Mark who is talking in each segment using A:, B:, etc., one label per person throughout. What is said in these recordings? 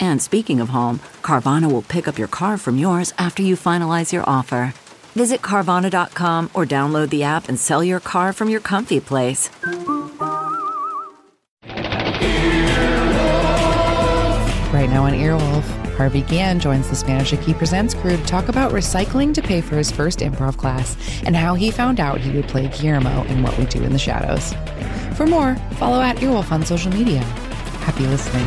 A: And speaking of home, Carvana will pick up your car from yours after you finalize your offer. Visit Carvana.com or download the app and sell your car from your comfy place.
B: Right now on Earwolf, Harvey Gann joins the Spanish Aki Presents crew to talk about recycling to pay for his first improv class and how he found out he would play Guillermo in What We Do in the Shadows. For more, follow at Earwolf on social media. Happy listening.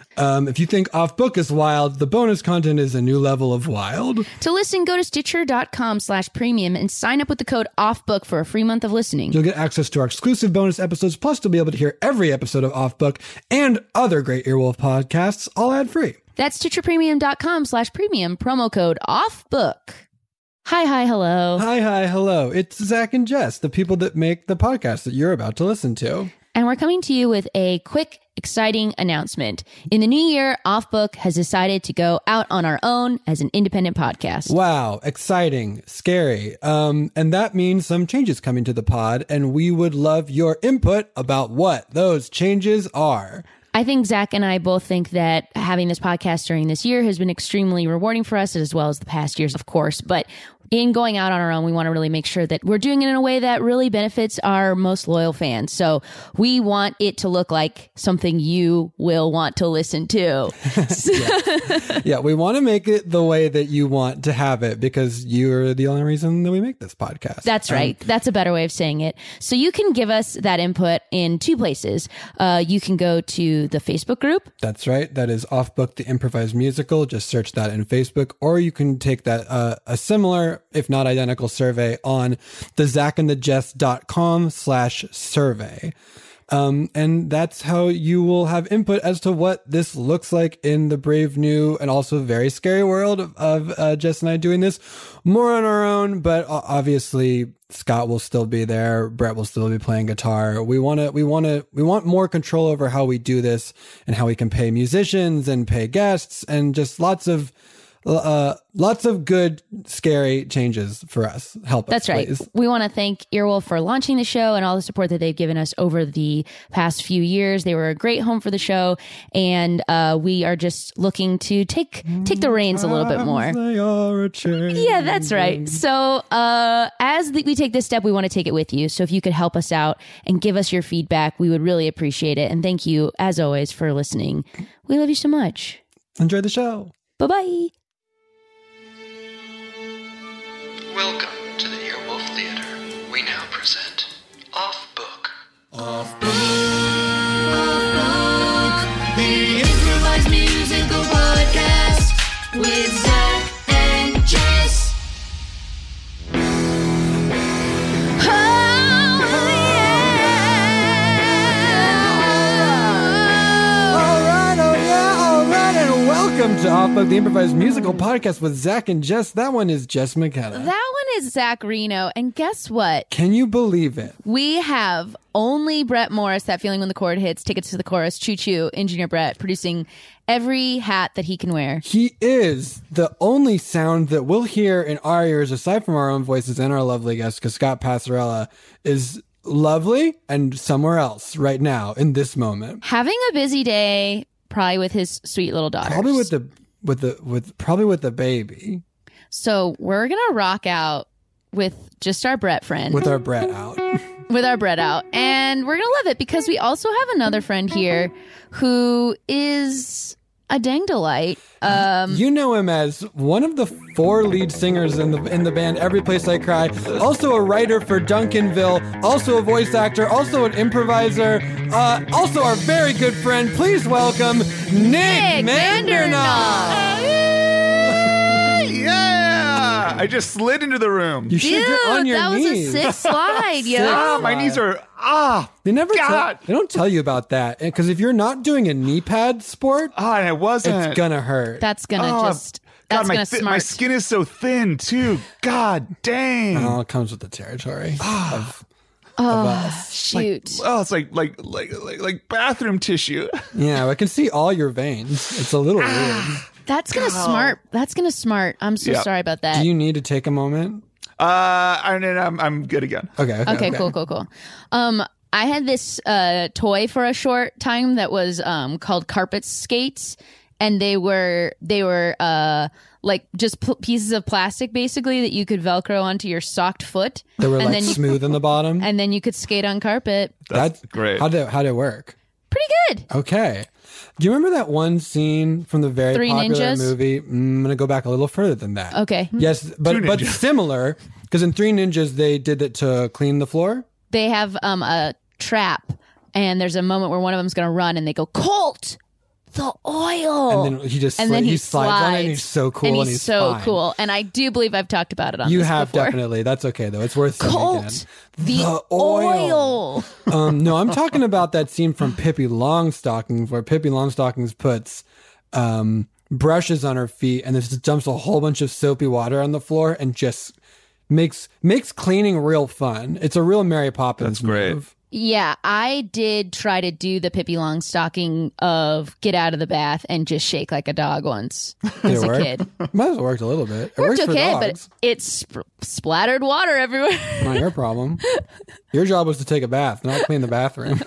C: Um, if you think off book is wild, the bonus content is a new level of wild.
D: to listen, go to stitcher.com slash premium and sign up with the code OFFBOOK for a free month of listening.
C: You'll get access to our exclusive bonus episodes, plus you'll be able to hear every episode of Off Book and other great Earwolf podcasts, all ad free.
D: That's stitcherpremium.com slash premium, promo code OFFBOOK. Hi, hi, hello.
C: Hi, hi, hello. It's Zach and Jess, the people that make the podcast that you're about to listen to.
D: And we're coming to you with a quick, exciting announcement. In the new year, OffBook has decided to go out on our own as an independent podcast.
C: Wow, exciting, scary. Um, and that means some changes coming to the pod, and we would love your input about what those changes are.
D: I think Zach and I both think that having this podcast during this year has been extremely rewarding for us, as well as the past years, of course. But in going out on our own, we want to really make sure that we're doing it in a way that really benefits our most loyal fans. So we want it to look like something you will want to listen to.
C: yeah, we want to make it the way that you want to have it because you're the only reason that we make this podcast. Um,
D: That's right. That's a better way of saying it. So you can give us that input in two places. Uh, you can go to the Facebook group
C: That's right. That is Off Book the Improvised Musical. Just search that in Facebook, or you can take that uh, a similar, if not identical, survey on the Zach and the Jess.com slash survey. Um, and that's how you will have input as to what this looks like in the brave new and also very scary world of, of uh, Jess and I doing this more on our own. But o- obviously, Scott will still be there. Brett will still be playing guitar. We want to, we want to, we want more control over how we do this and how we can pay musicians and pay guests and just lots of, uh, lots of good, scary changes for us. Help us.
D: That's right.
C: please.
D: We want to thank Earwolf for launching the show and all the support that they've given us over the past few years. They were a great home for the show, and uh, we are just looking to take take the reins a little bit more.
C: They are a change.
D: Yeah, that's right. So, uh, as the, we take this step, we want to take it with you. So, if you could help us out and give us your feedback, we would really appreciate it. And thank you, as always, for listening. We love you so much.
C: Enjoy the show.
D: Bye bye.
E: Welcome to the Earwolf Theater. We now present Off Book.
D: Oh,
C: All right, oh yeah, all right, and welcome to Off Book, the improvised musical podcast with Zach and Jess. That one is Jess McKenna.
D: That one is Zach Reno. And guess what?
C: Can you believe it?
D: We have only Brett Morris, that feeling when the chord hits, tickets to the chorus, choo choo, engineer Brett, producing every hat that he can wear.
C: He is the only sound that we'll hear in our ears, aside from our own voices and our lovely guest, because Scott Passarella is lovely and somewhere else right now in this moment.
D: Having a busy day, probably with his sweet little daughter.
C: Probably with the with the with probably with the baby
D: So we're gonna rock out with just our Brett friend, with,
C: with our brat out.
D: our Brett out, and we're gonna love it because we also have another friend here who is a dang delight. Um,
C: You know him as one of the four lead singers in the in the band Every Place I Cry, also a writer for Duncanville, also a voice actor, also an improviser, uh, also our very good friend. Please welcome Nick,
D: Nick
C: Mandernaugh.
F: Yeah! I just slid into the room.
C: You should
D: Dude,
C: get on your
D: that was
C: knees.
D: a sick slide, yo.
F: ah, my knees are ah.
C: They never tell,
F: God.
C: they don't tell you about that because if you're not doing a knee pad sport,
F: Ah, and I wasn't.
C: it's gonna hurt.
D: That's gonna
F: Oh,
D: just.
F: God,
D: That's
F: my,
D: gonna
F: thi-
D: smart.
F: my skin is so thin too. God dang.
C: it all comes with the territory.
F: Ah.
C: of,
D: oh,
C: us.
D: shoot.
F: Oh, it's like like like like, like bathroom tissue.
C: yeah, I can see all your veins. It's a little
F: Ah.
C: weird.
D: that's gonna smart. That's gonna smart. I'm so
F: Yeah.
D: sorry about that.
C: Do you need to take a moment?
F: Uh, and then I'm I'm good again.
C: Okay. Okay.
D: okay, cool, cool, cool. Um, I had this uh, toy for a short time that was um, called carpet skates, and they were they were uh, like just pl- pieces of plastic basically that you could velcro onto your socked foot,
C: They were
D: and
C: like
D: then you,
C: smooth in the bottom.
D: and then you could skate on carpet.
F: That's great.
C: How did how did it work?
D: Pretty good.
C: Okay. Do you remember that one scene from the very
D: Three
C: popular
D: Ninjas?
C: movie? Mm, I'm gonna go back a little further than that.
D: Okay, Hmm.
C: Yes, but
F: Two
C: but
F: ninjas.
C: similar because in Three Ninjas they did it to clean the floor.
D: they have um, a trap, and there's a moment where one of them's gonna run, and they go Colt. The oil,
C: And then he just
D: Oh. And
C: sli-
D: then
C: he slides on it, and he's so cool,
D: and he's,
C: and he's
D: so
C: fine.
D: cool. And I do believe I've talked about it on
C: you
D: this
C: have
D: before.
C: definitely. That's okay though. It's worth seeing
D: Colt, the,
C: The oil.
D: oil.
C: again. Um, no, I'm talking about that scene from Pippi Longstocking where Pippi Longstockings puts um, brushes on her feet and then just dumps a whole bunch of soapy water on the floor and just makes makes cleaning real fun. It's a real Mary Poppins.
F: That's great.
C: move.
D: Yeah, I did try to do the Pippi Longstocking of get out of the bath and just shake like a dog once
C: Did
D: as
C: it
D: a
C: work?
D: kid.
C: Might as well worked a little bit. It
D: Worked
C: works for
D: okay, but
C: dogs.
D: it sp- splattered water everywhere.
C: Not your problem. Your job was to take a bath, not clean the bathroom.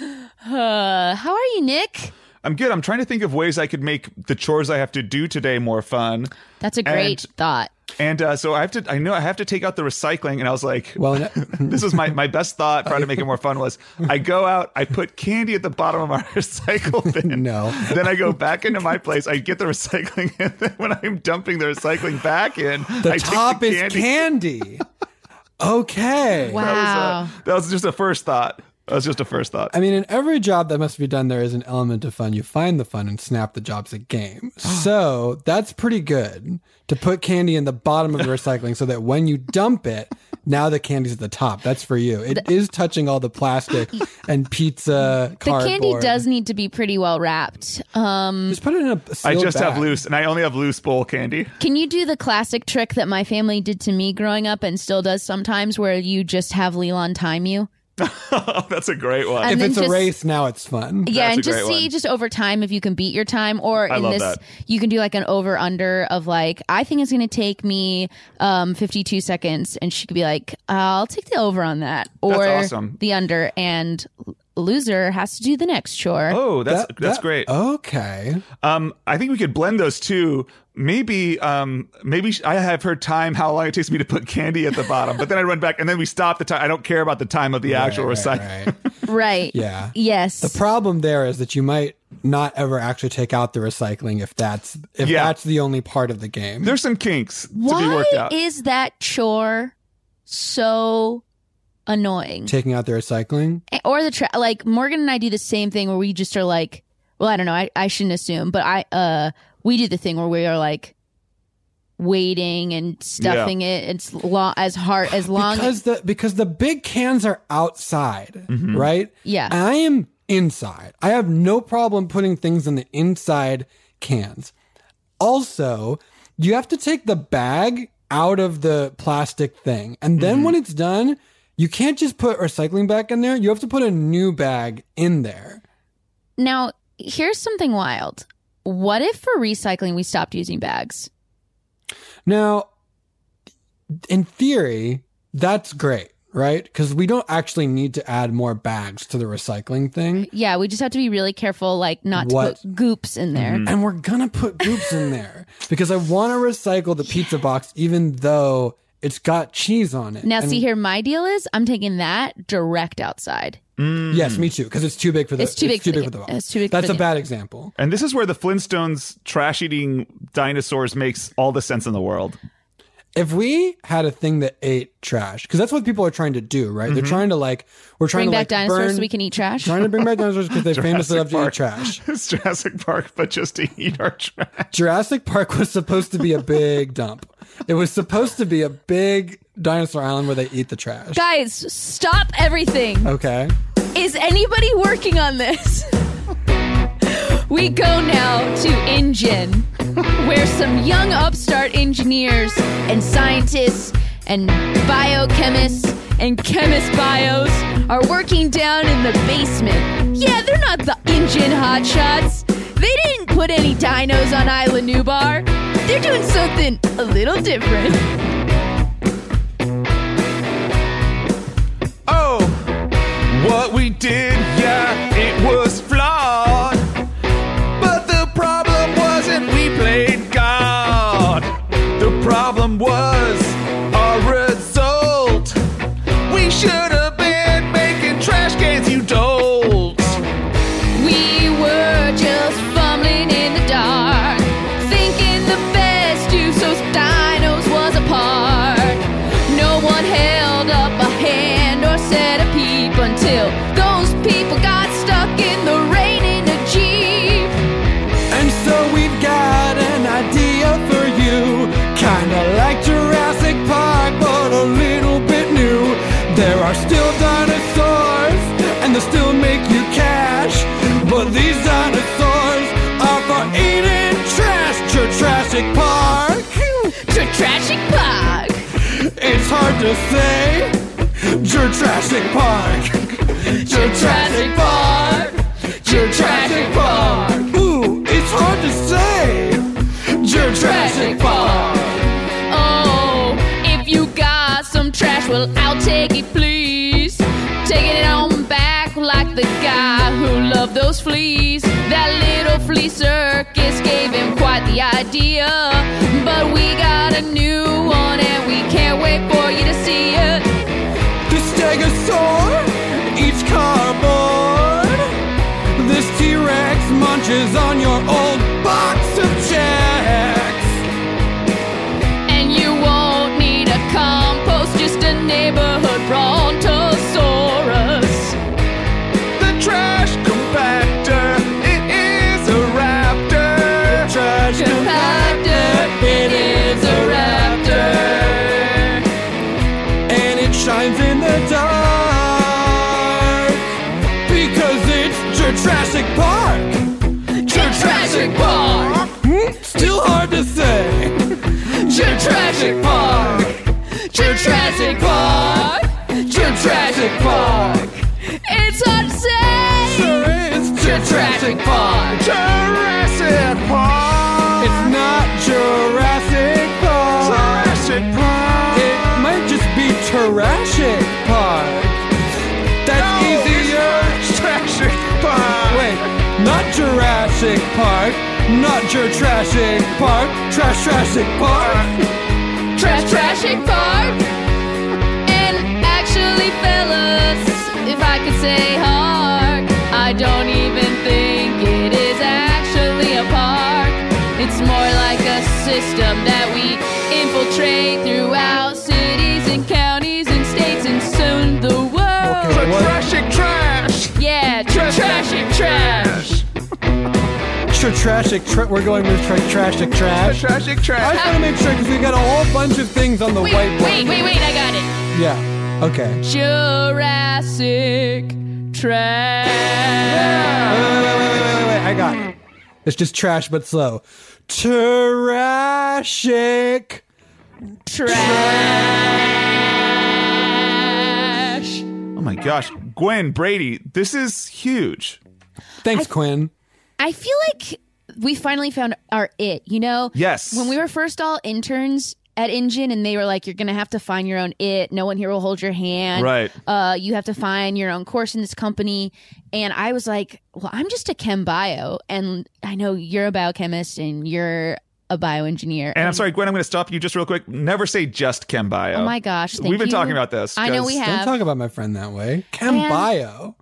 D: Uh, how are you, Nick?
F: I'm good. I'm trying to think of ways I could make the chores I have to do today more fun.
D: That's a great
F: And-
D: thought.
F: And uh, so I have to. I know I have to take out the recycling. And I was like,
C: Well, and-
F: this was my my best thought. Trying to make it more fun was I go out, I put candy at the bottom of our recycle bin.
C: No.
F: Then I go back into my place. I get the recycling, and then when I'm dumping the recycling back in,
C: The
F: I
C: top
F: take the
C: is candy. okay.
D: Wow.
F: That was, uh, that was just a first thought. That was just a first thought.
C: I mean, in every job that must be done, there is an element of fun. You find the fun and snap the job's a game. So that's pretty good to put candy in the bottom of the recycling so that when you dump it, now the candy's at the top. That's for you. It is touching all the plastic and pizza,
D: the
C: cardboard.
D: candy does need to be pretty well wrapped. Um,
C: Just put it in a
F: I
C: sealed
F: just have
C: bag.
F: loose, and I only have loose bowl candy.
D: Can you do the classic trick that my family did to me growing up and still does sometimes where you just have Leland time you?
F: Oh, That's a great one.
D: And
C: If
D: then
C: it's a
D: just-
C: race, now it's fun.
D: Yeah,
F: That's
D: and
F: a
D: just
F: great
D: see
F: one.
D: just over time if you can beat your time or
F: I
D: in
F: love
D: this
F: that.
D: you can do like an over under of like I think it's going to take me um 52 seconds and she could be like I'll take the over on that or
F: awesome.
D: the under and l- loser has to do the next chore.
F: oh, that's
C: That-
F: that's
C: that-
F: great.
C: Okay.
F: Um, I think we could blend those two. Maybe, um, maybe sh- I have her time how long it takes me to put candy at the bottom, but then I run back and then we stop the time. I don't care about the time of the actual
C: Right, right,
F: recycling.
C: right.
D: Right.
C: Yeah.
D: Yes.
C: The problem there is that you might not ever actually take out the recycling if that's if
F: Yeah.
C: that's the only part of the game.
F: There's some kinks to be
D: Why
F: worked out.
D: is that chore so annoying?
C: Mm-hmm. taking out the recycling.
D: or the tra- like Morgan and I do the same thing where we just are like, well, I don't know, I, I shouldn't assume, but I uh we do the thing where we are like waiting and stuffing it. It's long as hard as long
C: because the because the big cans are outside, right?
D: Yeah.
C: I am inside. I have no problem putting things in the inside cans. Also, you have to take the bag out of the plastic thing. And then when it's done, you can't just put recycling back in there. You have to put a new bag in there.
D: now. Here's something wild. What if for recycling we stopped using bags?
C: Now, in theory, that's great,
G: right? Because we don't actually need to add more bags to the recycling thing.
H: Yeah, we just have to be really careful, like not to
G: What?
H: put goops in there.
G: And we're gonna put goops in there because I want to recycle the pizza box, even though it's got cheese on it.
H: Now,
G: And-
H: see here, my deal is I'm taking that direct outside.
G: Yes, me too. Because it's too big for the.
H: It's too big for the
G: for the
H: can.
G: box.
H: It's too big for
G: That's
H: the
G: a
H: can.
G: bad example.
I: And this is where the Flintstones trash eating dinosaurs makes all the sense in the world.
G: If we had a thing that ate trash, because that's what people are trying to do, right? They're trying to like we're trying
H: Mm-hmm. Bring
G: to
H: back
G: like,
H: dinosaurs
G: burn-
H: so we can eat trash.
G: Trying to bring back dinosaurs because they famously love
I: Jurassic
G: to eat
I: Park.
G: trash.
I: It's Jurassic Park, but just to eat our trash.
G: Jurassic Park was supposed to be a big dump. It was supposed to be a big dinosaur island where they eat the trash.
H: Guys, stop everything.
G: Okay.
H: Is anybody working on this? we go now to Engine, where some young upstart engineers and scientists and biochemists and chemist bios are working down in the basement. Yeah, they're not the engine hotshots. They didn't put any dinos on Isla Nubar. They're doing something a little different.
I: Oh, what we did, yeah, it was flawed. But the problem wasn't we played God. The problem was our result. We should have been making trash cans, you dolts.
H: We were just fumbling in the dark, thinking the best use of dinos was a park. No one held up a hand or said a peep until those people got stuck in the rain in a jeep.
G: And so we've got an idea for you. Kinda like Jurassic Park, but a little bit new. There are still dinosaurs, and they still make you cash. But these dinosaurs are for eating trash, Jurassic Park.
H: Jurassic Park.
G: It's hard to say. Jurassic Park. Jurassic Park. Jurassic Park. Ooh, it's hard to say. Jurassic Park.
H: Oh, if you got some trash, well, I'll take it, please. Taking it on back like the guy who loved those fleas. That little flea circus gave him quite the idea. But we got a new one and we can't wait for you to see it.
G: The Stegosaur eats cardboard. This T-Rex munches on your old box of checks.
H: And you won't need a compost, just a neighborhood brontosaurus.
I: The trash compactor, it is a raptor. trash
H: compactor, it is a raptor.
G: and it shines in the dark because it's Jurassic Park.
H: Jurassic Park.
G: Hmm? Still hard to say. Jurassic Park.
H: Jurassic Park.
G: Jurassic Park.
H: It's hard to say.
G: Sure is Jurassic Park.
I: Jurassic Park.
G: It's not Jurassic Park.
I: Jurassic Park.
G: It might just be Jurassic Park. That's
I: No, it's
G: easier.
I: not Jurassic Park.
G: Wait, not Jurassic Park, not Jurassic Park, Trash Jurassic Park.
H: Jurassic Park. And actually, fellas, if I could say hard, I don't even think it is actually a park. It's more like a system that we infiltrate throughout cities and counties and states and soon the world.
I: Jurassic Trash.
H: Yeah, Jurassic Trash.
G: Jurassic, tra- we're going with tra- Jurassic Trash.
I: Jurassic
G: I
I: Trash.
G: just want to make sure because we got a whole bunch of things on the
H: Wait,
G: whiteboard.
H: wait, wait, wait, I got it.
G: Yeah. Okay.
H: Jurassic Trash.
G: Wait, wait, wait, wait, wait, wait, wait. I got it. It's just trash, but slow. Jurassic.
H: Trash.
I: Oh my gosh, Gwen Brady, this is huge.
G: Thanks, Quinn.
H: I feel like we finally found our it, you know?
I: Yes.
H: When we were first all interns,
D: at Engine, and they were like, "You're gonna have to find your own it. No one here will hold your hand.
I: Right.
D: Uh, you have to find your own course in this company." And I was like, "Well, I'm just a chem bio, and I know you're a biochemist and you're a bioengineer."
I: And I'm sorry, Gwen, I'm going to stop you just real quick. Never say just chem bio.
D: Oh my gosh, thank
I: We've been
D: you.
I: talking about this.
D: I know
I: 'cause-
D: we
C: Don't
D: have.
C: talk about my friend that way. Chem
D: And-
C: bio.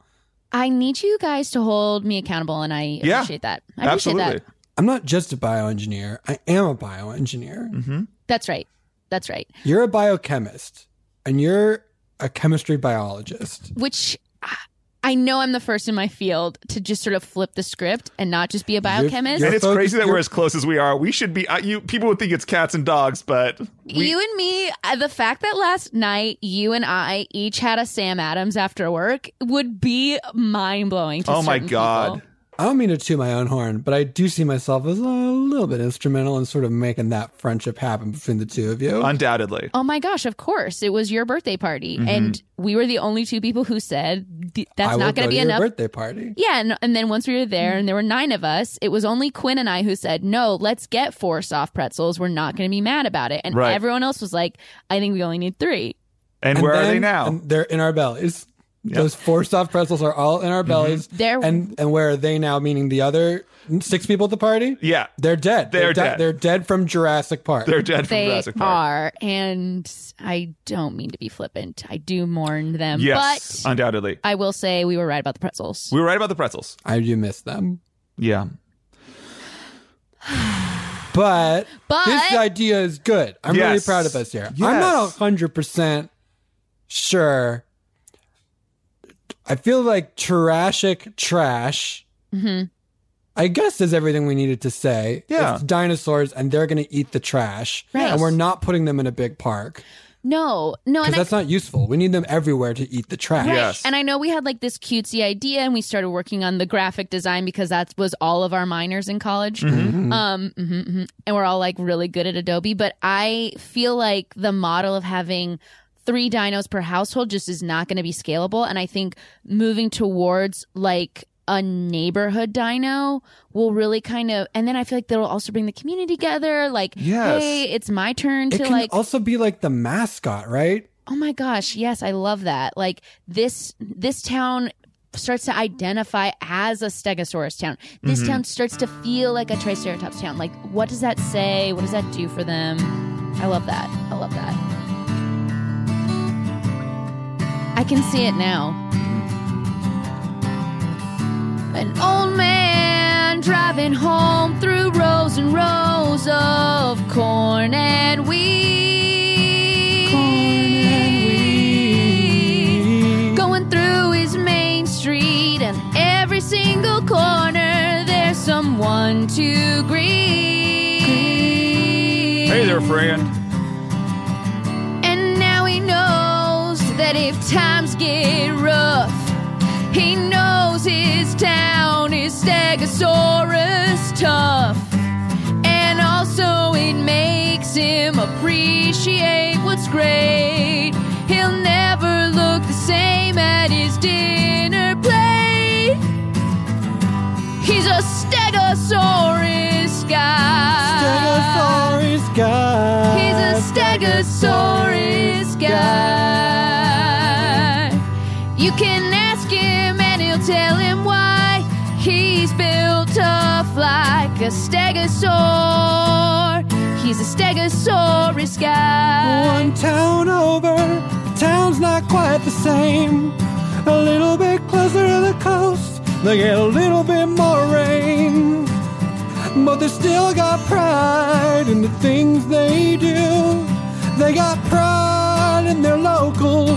D: I need you guys to hold me accountable, and I
I: Yeah.
D: appreciate that. I appreciate
I: Absolutely.
D: that.
C: I'm not just a bioengineer. I am a bioengineer.
I: Mm-hmm.
D: That's right. That's right.
C: You're a biochemist and you're a chemistry biologist.
D: Which I- I know I'm the first in my field to just sort of flip the script and not just be a
C: You're-
D: biochemist.
C: you're
I: And it's
C: focused-
I: crazy that
C: you're-
I: we're as close as we are. We should be. Uh, you people would think it's cats and dogs, but we,
D: you and me, uh, the fact that last night you and I each had a Sam Adams after work would be mind blowing.
I: Oh my God.
C: I don't mean to toot my own horn, but I do see myself as a little bit instrumental in sort of making that friendship happen between the two of you.
I: undoubtedly.
D: Oh my gosh! Of course, it was your birthday party, and we were the only two people who said "Th-
C: Mm-hmm. I
D: that's
C: will
D: not going
C: go
D: be
C: your
D: enough
C: birthday party.
D: Yeah, and, and then once we were there, and there were nine of us, it was only Quinn and I who said, "No, let's get four soft pretzels. We're not going to be mad about it." And
I: Right.
D: everyone else was like, "I think we only need three.
I: And, where are
C: then-
I: they now?
C: and they're in our bellies. Those four soft pretzels are all in our
I: Mm-hmm.
C: bellies.
D: They're-
C: and and where are they now? Meaning the other six people at the party?
I: yeah,
C: They're dead.
I: They're
C: di-
I: dead.
C: They're dead from Jurassic Park.
I: they're dead from
D: They
I: Jurassic Park.
D: are." And I don't mean to be flippant. I do mourn them,
I: Yes,
D: but
I: undoubtedly.
D: I will say we were right about the pretzels.
I: We were right about the pretzels.
C: I do miss them.
I: Yeah.
C: But,
D: But-
C: this idea is good. I'm really
I: Yes.
C: proud of us here. I'm
I: Yes.
C: not hundred percent sure. I feel like Jurassic trash.
D: Mm-hmm.
C: I guess is everything we needed to say.
I: Yeah.
C: it's dinosaurs, and they're going to eat the trash,
D: Right.
C: and we're not putting them in a big park
D: no, no,
C: because
D: and I
C: that's not useful. We need them everywhere to eat the trash.
D: Right.
I: Yes.
D: And I know we had like this cutesy idea and we started working on the graphic design because that was all of our minors in college. Um, mhm, mhm. And we're all like really good at Adobe. But I feel like the model of having three dinos per household just is not going to be scalable. And I think moving towards like a neighborhood dino will really kind of, and then I feel like that'll also bring the community together. Like,
I: Yes.
D: hey, it's my turn
C: It
D: to
C: can
D: like
C: also be like the mascot, right?
D: oh my gosh yes i love that like this this town starts to identify as a stegosaurus town this town starts to feel like a triceratops town like what does that say what does that do for them i love that i love that i can see it now an old man driving home through rows and rows of corn and wheat. Going through his main street, and every single corner there's someone to greet.
I: Hey there, friend.
D: And now he knows that if times get rough, he knows his town is Stegosaurus tough. And also, it makes him appreciate what's great. He'll never look the same at his dinner plate. He's a Stegosaurus guy.
C: Stegosaurus guy.
D: He's a Stegosaurus guy. You can ask him and he'll tell him why he's built tough like a stegosaur. He's a Stegosaurus guy.
C: One town over, the town's not quite the same. A little bit closer to the coast, they get a little bit more rain. But they still got pride in the things they do. They got pride in their local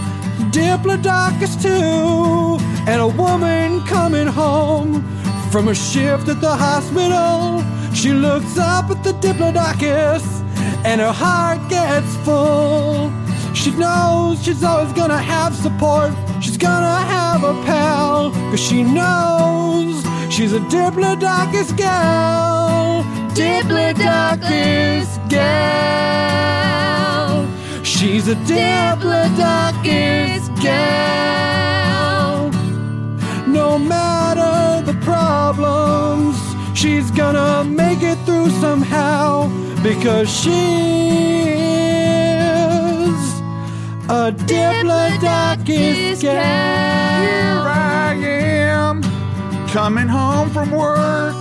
C: Diplodocus too. And a woman coming home from a shift at the hospital. She looks up at the Diplodocus and her heart gets full. She knows she's always gonna have support. She's gonna have a pal. Cause she knows she's a Diplodocus gal. Diplodocus gal. She's a Diplodocus gal. No matter the problems, She's gonna make it through somehow because she is a Diplodocus
I: Here
C: gal.
I: I am, coming home from work,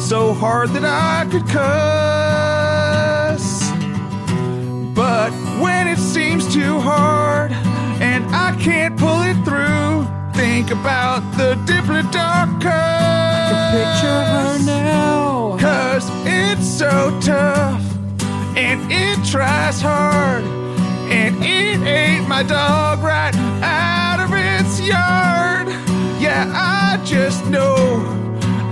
I: so hard that I could cuss. But when it seems too hard and I can't pull it through, think about the Diplodocus.
C: Picture her now.
I: Cause it's so tough and it tries hard and it ate my dog right out of its yard. Yeah, I just know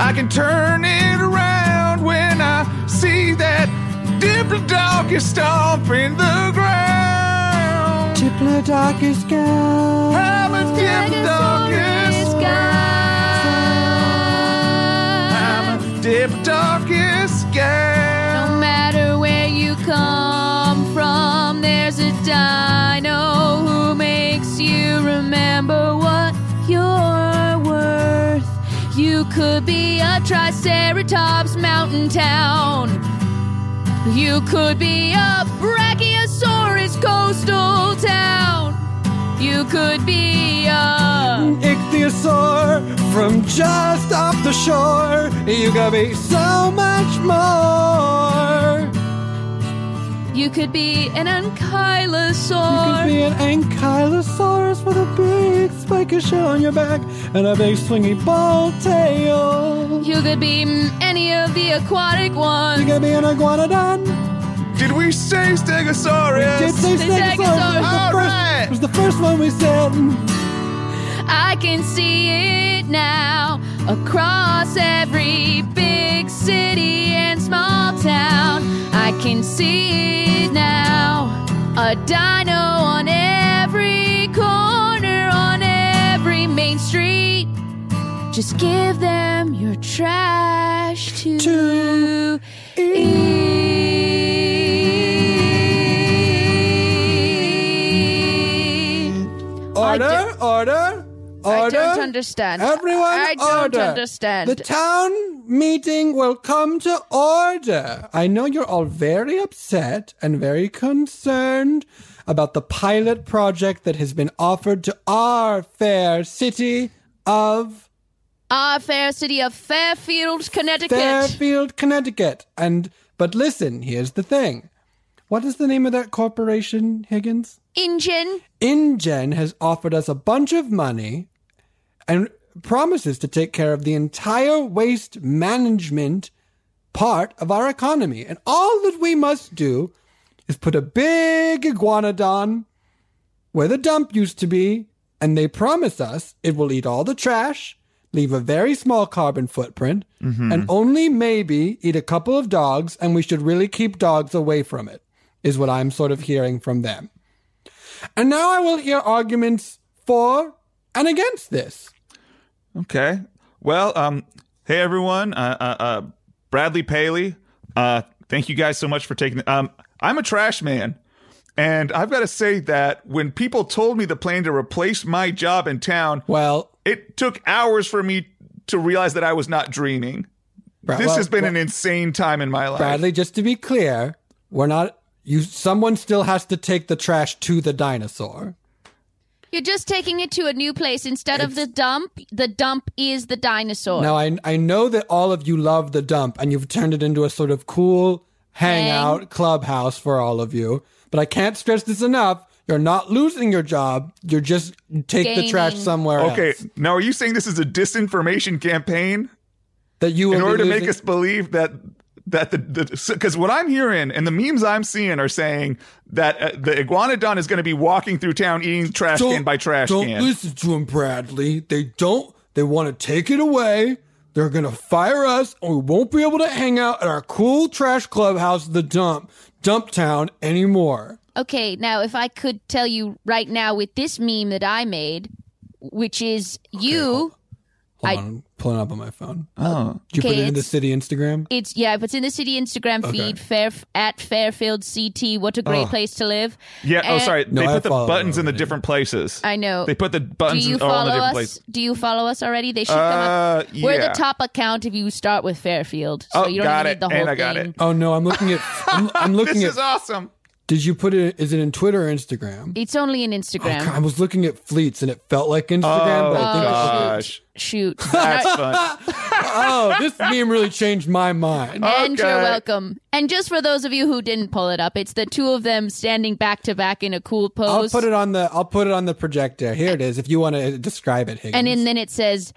I: I can turn it around when I see that Diplodocus stomping the ground.
C: Diplodocus gal.
I: I'm a Diplodocus. I'm a Diplodocus gal.
H: No matter where you come from, there's a dino who makes you remember what you're worth. You could be a Triceratops mountain town. You could be a Brachiosaurus coastal town. You could be a.
C: Ichthyosaur from just off the shore. You could be so much more.
H: You could be an
C: You could
H: Ankylosaur.
C: be an ankylosaurus with a big spiky shell on your back and a big swingy ball tail.
H: You could be mm, any of the aquatic ones.
C: You could be an iguanodon.
I: Did we say Stegosaurus?
C: Did say
H: Stegosaurus.
C: stegosaurus was the
I: All
C: first-
I: right.
C: was the first one we said.
H: I can see it now across every big city and small town. I can see it now. A dino on every corner, on every main street. Just give them your trash to,
C: To
H: eat.
C: Order, order,
G: I
C: order.
G: don't understand.
C: Everyone,
G: I don't
C: order.
G: understand.
C: The town meeting will come to order. I know you're all very upset and very concerned about the pilot project that has been offered to our fair city of
D: Ah,
G: Our fair city of Fairfield, Connecticut.
C: Fairfield, Connecticut. And but listen, here's the thing. What is the name of that corporation, Higgins?
G: Engine.
C: InGen has offered us a bunch of money and promises to take care of the entire waste management part of our economy. And all that we must do is put a big iguanodon where the dump used to be, and they promise us it will eat all the trash, leave a very small carbon footprint, and
I: Hmm.
C: only maybe eat a couple of dogs, and we should really keep dogs away from it, is what I'm sort of hearing from them. And now I will hear arguments for and against this.
I: Okay. Well, um, hey everyone. Uh, uh, uh, Bradley Paley. Uh, thank you guys so much for taking. Um, I'm a trash man, and I've got to say that when people told me the plan to replace my job in town,
C: Well,
I: it took hours for me to realize that I was not dreaming.
C: Brad-
I: This
C: well,
I: has been
C: well,
I: an insane time in my life.
C: Bradley. Just to be clear, we're not. You. Someone still has to take the trash to the dinosaur.
H: You're just taking it to a new place instead of the dump. The dump is the dinosaur.
C: Now I I know that all of you love the dump and you've turned it into a sort of cool hangout clubhouse for all of you. But I can't stress this enough. You're not losing your job. You're just take the trash
H: Gaining.
C: somewhere
I: Okay.
C: else.
I: Now, are you saying this is a disinformation campaign?
C: That you will
I: in
C: be
I: order to make
C: losing-
I: us believe that that the because what I'm hearing and the memes I'm seeing are saying that uh, the iguanodon is going to be walking through town eating trash can by trash
C: don't
I: can.
C: listen to him, Bradley. They don't. They want to take it away. They're gonna fire us, and we won't be able to hang out at our cool trash clubhouse, the dump, Dump Town, anymore.
H: okay, now if I could tell you right now with this meme that I made, which is you,
C: Hold
H: I-
C: on. pulling up on my phone.
I: Oh.
C: Did you put
D: Okay,
C: it in the
D: it's-
C: city Instagram?
D: It's yeah, if it's in the city Instagram feed, Fair at Fairfield CT. What a great place to live.
I: Ah. Yeah. oh,
D: And-
I: sorry.
C: No,
I: they
C: I
I: put the
C: follow
I: buttons in the
C: already.
I: different places.
D: I know.
I: They put the
D: Do
I: buttons
D: you
I: in all the
D: follow
I: different
D: us?
I: places.
D: Do you follow us already? They should
I: Uh,
D: come up. We're
I: yeah.
D: the top account if you start with Fairfield, so
I: Oh,
D: you don't even
I: got it.
D: need the whole
I: And I got
D: thing.
I: it.
C: Oh no, I'm looking at. I'm, I'm
I: This
C: looking at.
I: is awesome.
C: Did you put it? Is it in Twitter or Instagram?
D: It's only an
C: Oh, God, I
D: Instagram.
C: was looking at fleets and it felt like Instagram,
I: Oh,
C: but I think it's
I: gosh.
D: Shoot.
I: That's fun.
C: oh, this meme really changed my mind.
D: And you're
I: Okay.
D: welcome. And just for those of you who didn't pull it up, it's the two of them standing back to back in a cool
C: I'll
D: pose.
C: put it on the I'll put it on the projector. Here it is. If you want to describe it, Higgins.
D: and in, then it says,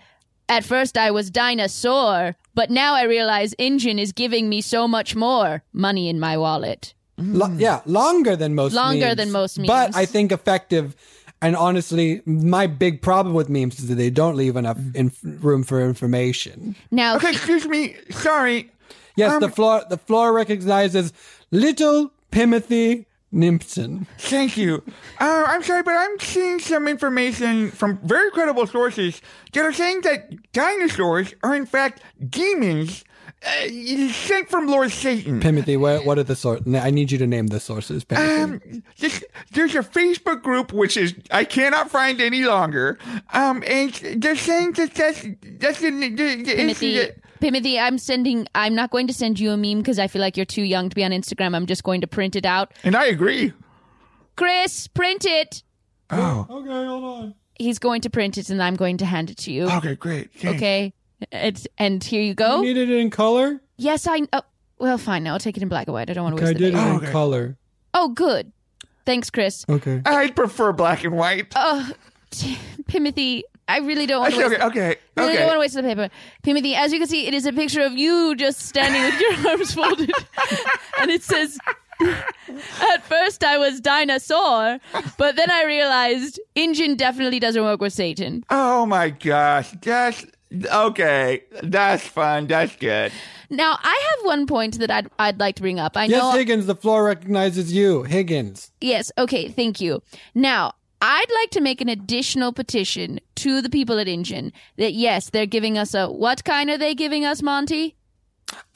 D: At first I was dinosaur, but now I realize Engine is giving me so much more money in my wallet.
C: Lo- yeah, longer than most.
D: Hmm. Longer
C: memes,
D: than most
C: but
D: memes.
C: I think effective. And honestly, my big problem with memes is that they don't leave enough
D: Hmm.
C: in- room for information.
D: Now,
I: Okay, excuse me. Sorry.
C: Yes,
I: Um,
C: the floor the floor recognizes little Timothy Nimpson.
I: Thank you. Uh, I'm sorry, but I'm seeing some information from very credible sources that are saying that dinosaurs are in fact demons uh, sent from Lord Satan.
C: Timothy, where, what are the sources? I need you to name the sources. Timothy.
I: Um, this, there's a Facebook group which is I cannot find any longer. Um, and they're saying that that's that's the, the, the
D: Timothy. Timothy, I'm sending. I'm not going to send you a meme because I feel like you're too young to be on Instagram. I'm just going to print it out.
I: And I agree.
D: Chris, print it.
I: Oh.
C: okay, hold on.
D: He's going to print it, and I'm going to hand it to you.
I: Okay, great. Thanks.
D: Okay. It's and here you go.
C: You needed it in color.
D: yes, I. Oh, well, fine. I'll take it in black and white. I don't want to
C: Okay, I
D: waste the
C: did it
D: day.
C: in
I: Oh, okay.
C: color.
D: Oh, good. Thanks, Chris.
C: Okay.
I: I prefer black and white.
D: Oh, t- Timothy, I really don't want to
I: okay,
D: waste.
I: okay, okay.
D: Really don't want to
I: okay.
D: waste the paper. Timothy, as you can see, it is a picture of you just standing with your arms folded. and it says, At first I was dinosaur, but then I realized engine definitely doesn't work with Satan.
I: Oh my gosh, that's okay. That's fun. That's good.
D: Now, I have one point that I'd, I'd like to bring up. I
C: Yes,
D: know.
C: Higgins, the floor recognizes you. Higgins.
D: Yes. Okay. Thank you. Now, I'd like to make an additional petition to the people at Engine that yes, they're giving us a what kind are they giving us, Monty?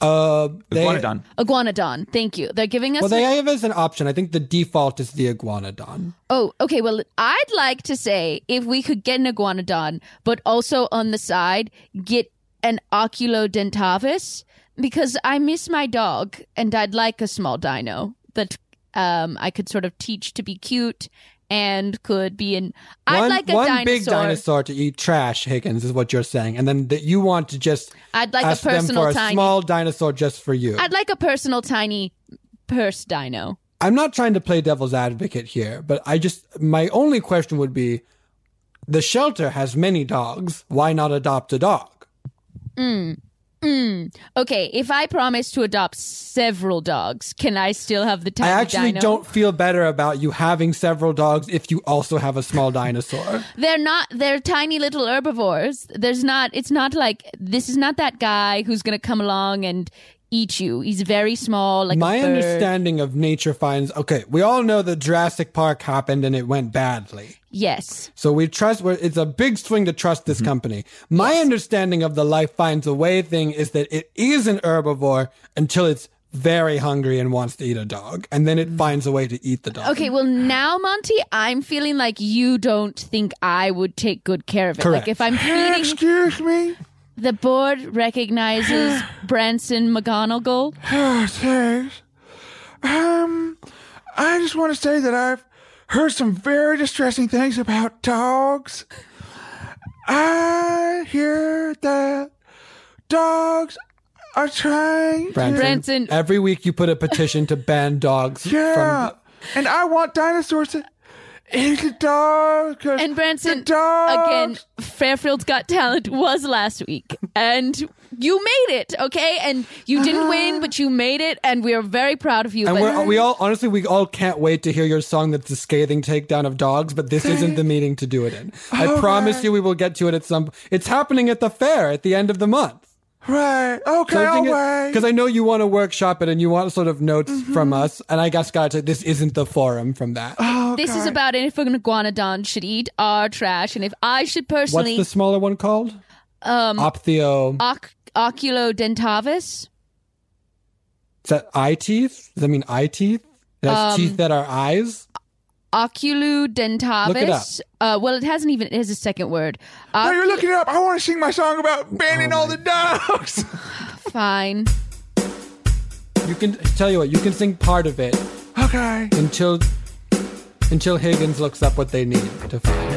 C: Uh, they,
I: Iguanodon.
D: Iguanodon. Thank you. They're giving us.
C: Well, they
D: an-
C: have as an option. I think the default is the iguanodon.
D: oh, okay. Well, I'd like to say if we could get an iguanodon, but also on the side get an oculodentavis because I miss my dog and I'd like a small dino that um, I could sort of teach to be cute and could be an. I'd
C: one
D: like a
C: one
D: dinosaur.
C: big dinosaur to eat trash, Higgins, is what you're saying, and then that you want to just
D: I'd like a
C: ask them
D: personal
C: for a
D: tiny-
C: small dinosaur just for you.
D: I'd like a personal tiny purse dino.
C: I'm not trying to play devil's advocate here, but I just my only question would be: the shelter has many dogs. Why not adopt a dog?
D: Mm, Okay, if I promise to adopt several dogs, can I still have the
C: I
D: tiny
C: actually
D: dino?
C: don't feel better about you having several dogs if you also have a small dinosaur.
D: They're not. They're tiny little herbivores. There's not. It's not like this is not that guy who's gonna come along and eat you. He's very small. Like a
C: My
D: bird.
C: understanding of nature finds okay. We all know that Jurassic Park happened and it went badly.
D: Yes.
C: So we trust. we're- It's a big swing to trust this company. My understanding of the life finds a way thing is that it is an herbivore until it's very hungry and wants to eat a dog, and then it finds a way to eat the dog.
D: Okay. Well, now Monty, I'm feeling like you don't think I would take good care of it.
C: Correct.
D: Like if I'm feeding,
I: Excuse me.
D: the board recognizes Branson McGonagall.
I: Oh, thanks. Um, I just want to say that I've heard some very distressing things about dogs. I hear that dogs are trying
C: Branson.
D: Branson.
C: Every week you put a petition to ban dogs.
I: to. Yeah.
C: From,
I: and I want dinosaurs to eat the dog. 'cause
D: And Branson,
I: the dogs.
D: again, Fairfield's Got Talent was last week. And you made it, okay? And you didn't win, but you made it. And we are very proud of you.
C: and
D: but
C: we're, we all honestly we all can't wait to hear your song. That's a scathing takedown of dogs, but this isn't the meeting to do it in. I promise you, we will get to it at some. It's happening at the fair at the end of the month.
I: Right. Okay, all right.
C: Because I know you want to workshop it and you want sort of notes from us. And I guess, gotta say, this isn't the forum from that.
D: Uh, this is about if an iguanodon should eat our trash and if I should
C: What's
D: personally.
C: the smaller one called?
D: um,
C: Opthio.
D: oc- oculodentavis.
C: Is that eye teeth? Does that mean eye teeth?
D: Um,
C: That's teeth that are eyes?
D: Oculodentavis.
C: Look it up.
D: Uh, well, it hasn't even, it has a second word.
I: Now
D: Oc-
I: you're looking it up. I want to sing my song about banning
C: Oh
I: all the dogs.
D: fine.
C: You can tell you what, you can sing part of it
I: okay.
C: until until Higgins looks up what they need to find.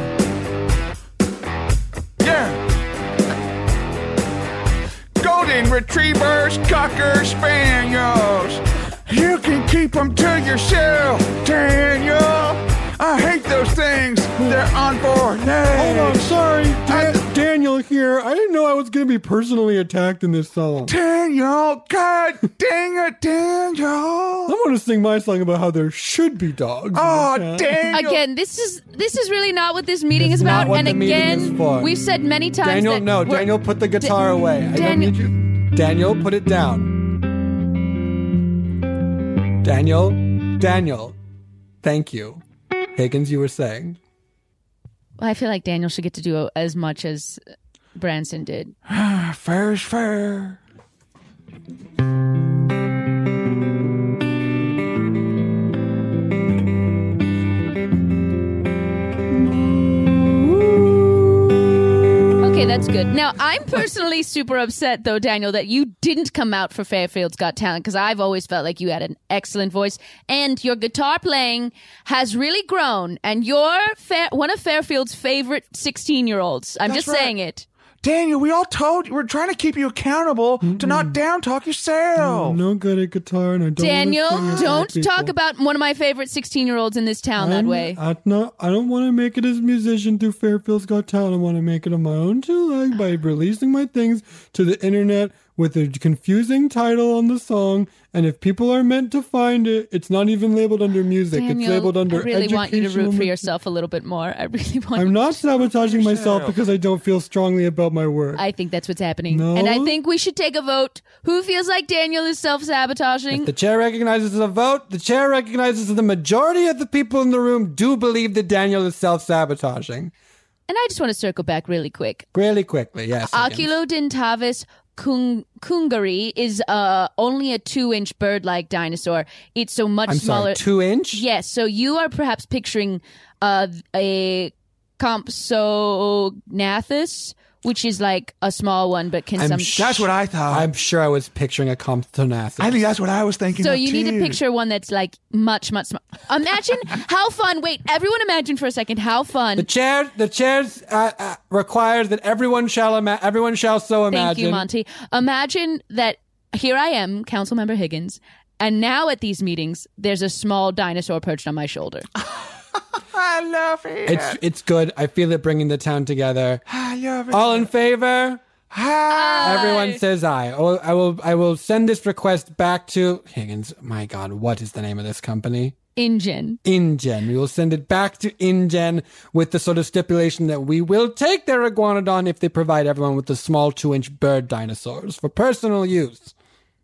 I: Yeah. Golden retrievers, cocker spaniels. You can keep them to yourself, Daniel. I hate those things. They're on board.
C: sorry. Daniel here. I didn't know I was going to be personally attacked in this song.
I: Daniel, god dang it, Daniel.
C: want to sing my song about how there should be dogs.
I: Oh, Daniel.
D: Again, this is this is really not what this meeting
C: It's
D: is
C: not
D: about.
C: what
D: And
C: the meeting is
D: again,
C: for.
D: we've said many times
C: Daniel,
D: that
C: no.
D: we're-
C: Daniel, put the guitar away. I don't
D: Daniel-
C: need you. Daniel, put it down. Daniel, Daniel, thank you. Higgins, you were saying.
D: I feel like Daniel should get to do uh, as much as Branson did.
I: Fair is fair.
D: Okay, that's good. Now, I'm personally super upset, though, Daniel, that you didn't come out for Fairfield's Got Talent because I've always felt like you had an excellent voice, and your guitar playing has really grown. And you're Fair- one of Fairfield's favorite 16 year olds. I'm just
I: right.
D: saying it.
I: Daniel, we all told you we're trying to keep you accountable to not down talk yourself.
C: no good at guitar, and I don't.
D: Daniel, don't talk about one of my favorite 16 year olds in this town that way.
C: I, not, I don't want to make it as a musician through Fairfield's Got Talent. I want to make it on my own two leg by releasing my things to the internet with a confusing title on the song. And if people are meant to find it, it's not even labeled under music. it's
D: Daniel,
C: labeled under
D: I really want you to root for
C: educational
D: yourself a little bit more. I really want.
C: I'm not sabotaging myself because I don't feel strongly about my work.
D: I think that's what's happening,
C: No.
D: and I think we should take a vote. Who feels like Daniel is self sabotaging?
C: the chair recognizes the vote. The chair recognizes that the majority of the people in the room do believe that Daniel is self sabotaging.
D: And I just want to circle back really quick.
C: Really quickly, yes. again.
D: Oculodentavis kung- kungari is uh, only a two inch bird like dinosaur. It's so much
C: I'm sorry,
D: smaller.
C: two inch?
D: yes, so you are perhaps picturing uh, a Compsognathus, which is like a small one but can
C: I'm
D: some.
C: sh-
I: That's what I thought.
C: I'm sure I was picturing a Comptonathus.
I: I think that's what I was thinking.
D: so
I: of,
D: you need to
I: too.
D: picture one that's like much, much smaller. Imagine how fun. Wait, everyone imagine for a second how fun.
C: the chair. The chairs uh, uh, requires that everyone shall ima- everyone shall so imagine.
D: Thank you, Monty. Imagine that here I am, Councilmember Higgins, and now at these meetings, there's a small dinosaur perched on my shoulder.
I: I love it.
C: It's it's good. I feel it bringing the town together.
I: I love it.
C: All in favor?
I: Ah,
C: Everyone says aye. I will, I will I will send this request back to Higgins. My God, what is the name of this company?
D: Ingen.
C: InGen. We will send it back to InGen with the sort of stipulation that we will take their iguanodon if they provide everyone with the small two-inch bird dinosaurs for personal use.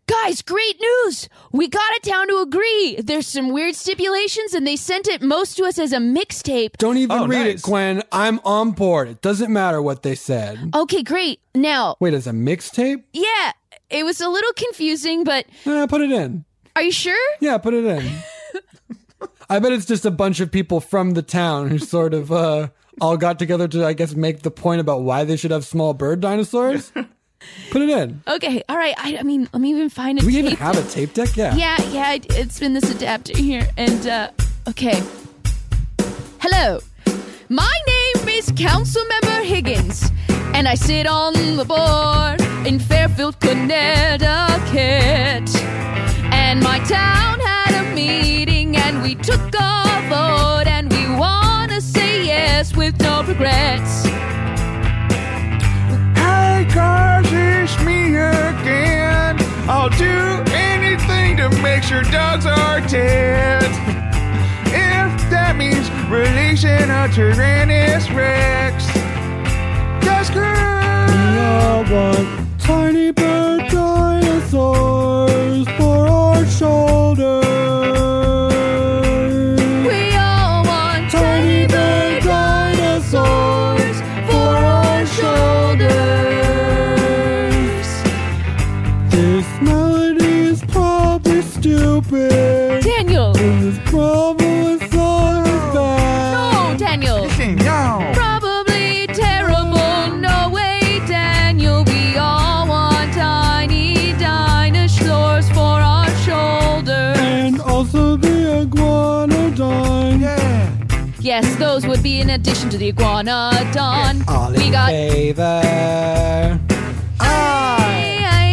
D: Guys, great news! We got a town to agree. There's some weird stipulations, and they sent it most to us as a mixtape.
C: Don't even
I: Oh,
C: read
I: nice.
C: it, Gwen. I'm on board. It doesn't matter what they said.
D: Okay, great. Now,
C: Wait, as a mixtape?
D: yeah, it was a little confusing, but
C: Nah, put it in.
D: are you sure?
C: Yeah, put it in. I bet it's just a bunch of people from the town who sort of uh, all got together to, I guess, make the point about why they should have small bird dinosaurs. put it in.
D: Okay, all right. I, I mean, let me even find a
C: Do we even
D: tape.
C: have a tape deck? Yeah.
D: Yeah, yeah, it, it's been this adapter here. And, uh, okay. Hello. My name is Councilmember Higgins, and I sit on the board in Fairfield, Connecticut. And my town had a meeting, and we took a vote, and we want to say yes with no regrets.
I: Hey guys, it's me again. I'll do anything to make sure dogs are dead. If that means releasing a Tyrannus Rex, that's good.
C: We all want tiny bird dinosaurs for our shoulders.
D: We all want
C: Tiny bird dinosaurs for our shoulders. stupid.
H: Daniel!
C: This problem is all about.
H: No, Daniel!
I: Listen, yo.
H: Probably terrible. No way, Daniel. We all want tiny dinosaurs for our shoulders.
C: And also the iguanodon.
I: Yeah.
H: Yes, those would be in addition to the iguanodon.
C: All
H: we
C: in
H: got.
C: favor. Ah!
H: Ay, ay,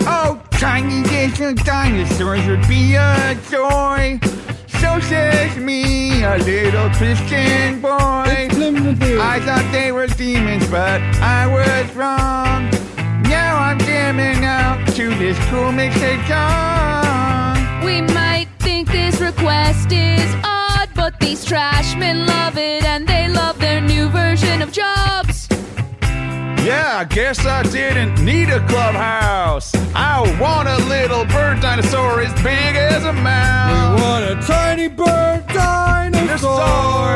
H: ay, ay.
I: Oh, tiny little dinosaurs would be a joy. So says me, a little Christian boy. I thought they were demons, but I was wrong. Now I'm jamming out to this cool mixathon.
H: We might think this request is odd, but these trash men love it and they love their new version of jobs.
I: Yeah, I guess I didn't need a clubhouse. I want a little bird dinosaur as big as a mouse.
C: What a tiny bird dinosaur.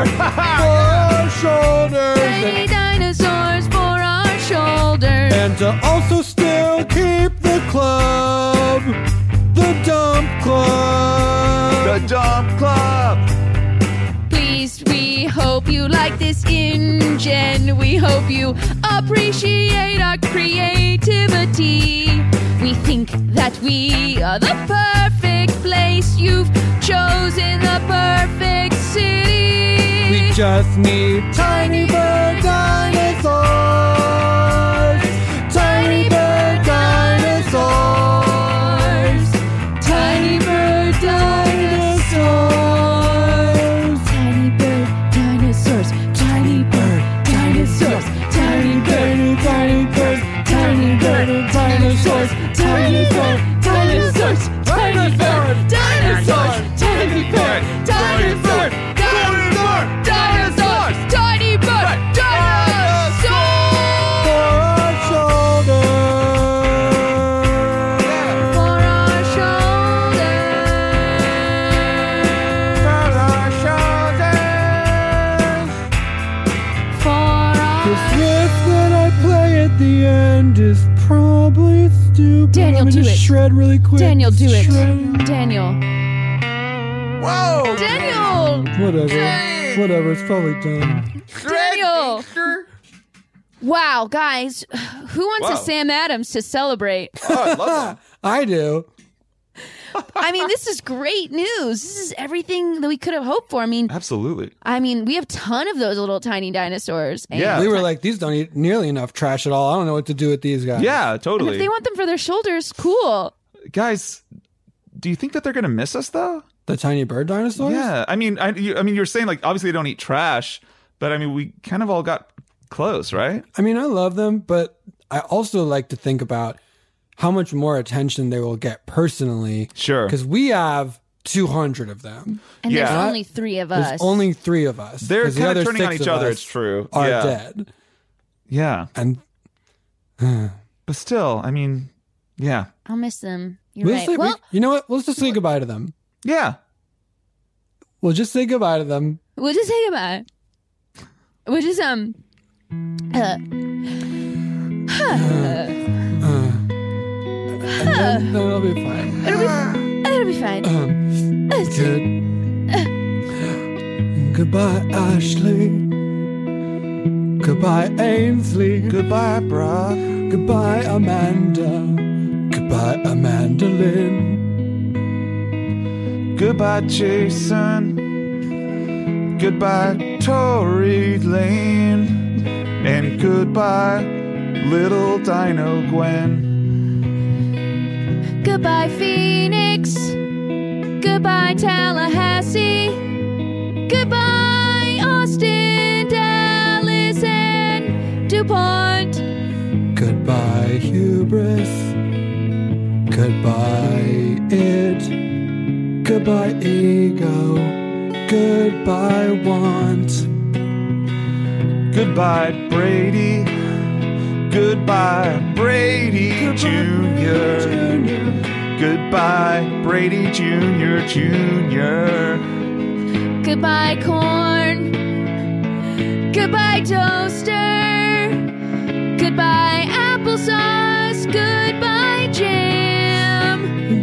I: Dinosaur.
C: For shoulders.
H: Tiny dinosaurs for our shoulders.
C: And to also still keep the club. The dump
I: The
C: club.
I: Dump Club.
H: Please, we hope you like this engine. We hope you appreciate our creativity. We think that we are the perfect place. You've chosen the perfect city.
C: we just need tiny bird dinosaurs. Tiny bird dinosaurs.
H: Tiny bird dinosaurs. Tiny bird dinosaurs. Tiny bird dinosaurs. Tiny bird dinosaurs. Tiny bird dinosaurs. Tiny bird dinosaurs. Tiny bird dinosaurs. Tiny bird dinosaurs. Tiny bird dinosaurs. Tiny bird dinosaurs. For our shoulders. For our
C: riff that I play at the end is probably stupid.
H: Daniel,
C: I'm gonna
H: do it.
C: shred really quick.
H: Daniel, do it.
C: Shred.
H: Daniel.
I: Whoa!
H: Daniel!
C: Whatever. Whatever. It's probably done.
H: Daniel! Wow, guys, who wants a
I: Wow.
H: Sam Adams to celebrate?
I: Oh,
C: I do.
H: I mean, this is great news. This is everything that we could have hoped for. I mean,
I: Absolutely.
H: I mean, we have ton of those little tiny dinosaurs. And
I: Yeah.
C: We were like, these don't eat nearly enough trash at all. I don't know what to do with these guys.
I: Yeah,
H: and
I: totally.
H: if they want them for their shoulders, cool.
I: Guys, do you think that they're gonna miss us though?
C: The tiny bird dinosaurs?
I: Yeah. I mean, I, you, I mean, you're saying like obviously they don't eat trash, but I mean, we kind of all got close, right?
C: I mean, I love them, but I also like to think about how much more attention they will get personally.
I: Sure.
C: Because we have 200 of them.
H: And there's
I: Yeah.
H: only three of us.
C: There's only three of us.
I: They're
C: 'Cause the
I: kinda
C: other
I: turning on
C: six
I: each other,
C: us
I: it's true.
C: Are
I: Yeah.
C: dead.
I: Yeah.
C: And
I: But still, I mean, yeah,
H: I'll miss them. You're
C: we'll
H: right.
C: say, we-
H: well,
C: you know what? Let's just say goodbye to them.
I: yeah.
C: We'll just say goodbye to them.
H: we'll just say goodbye. We'll just, um, uh,
C: Uh, And then, then it'll be fine.
H: it'll be fine.
C: Good. goodbye, Ashley. Goodbye, Ainsley. Goodbye, Brock. Goodbye, Amanda. Goodbye, Amanda Lynn.
I: Goodbye, Jason. Goodbye, Tory Lane. And goodbye, little Dino Gwen.
H: Goodbye, Phoenix. Goodbye, Tallahassee. Goodbye, Austin, Dallas, and DuPont.
C: Goodbye, Hubris. Goodbye, It. Goodbye, Ego. Goodbye, Want.
I: Goodbye, Brady. Goodbye, Brady Jr. Goodbye, Brady Jr. Jr.
H: Goodbye, Corn. Goodbye, Toaster. Goodbye, Applesauce. Goodbye,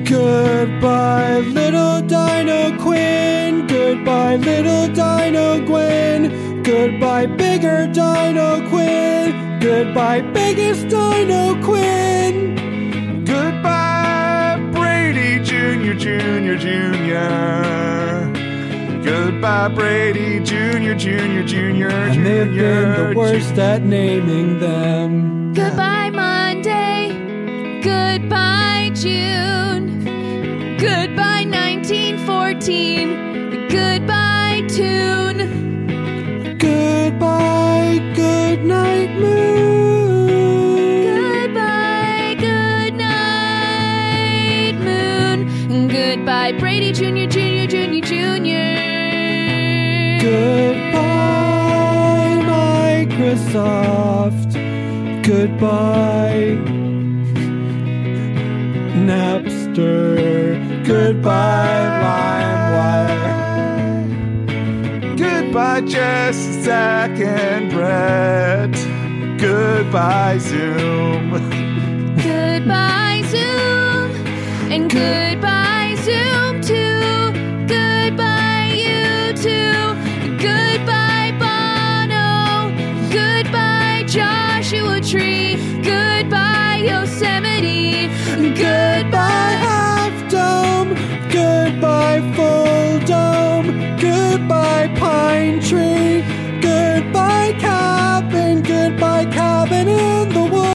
C: Goodbye, little Dino Quinn. Goodbye, little Dino Gwen. Goodbye, bigger Dino Quinn. Goodbye, biggest Dino Quinn.
I: Goodbye, Brady Jr., Jr., Jr. Goodbye, Brady Jr., Jr., Jr.,
C: And they've been the
I: Jr.
C: worst at naming them.
H: Goodbye, Monday. Goodbye, June. Goodbye, 1914. Goodbye, tune.
C: Goodbye, good night, moon.
H: Goodbye, good night, moon. Goodbye, Brady Jr., Jr., Jr., Jr.
C: Goodbye, Microsoft. Goodbye, Napster. Goodbye, LimeWire.
I: Goodbye, Jess, Zach, and Brett. Goodbye, Zoom.
H: Goodbye, Zoom. And goodbye, Zoom, too. Goodbye, you too. Goodbye, Bono. Goodbye, Joshua Tree. Goodbye, Yosemite.
C: Goodbye,
H: Goodbye.
C: Half Dome. Goodbye, Full Dome. Goodbye, Pine Tree. Goodbye, Cabin. Goodbye, Cabin in the Woods.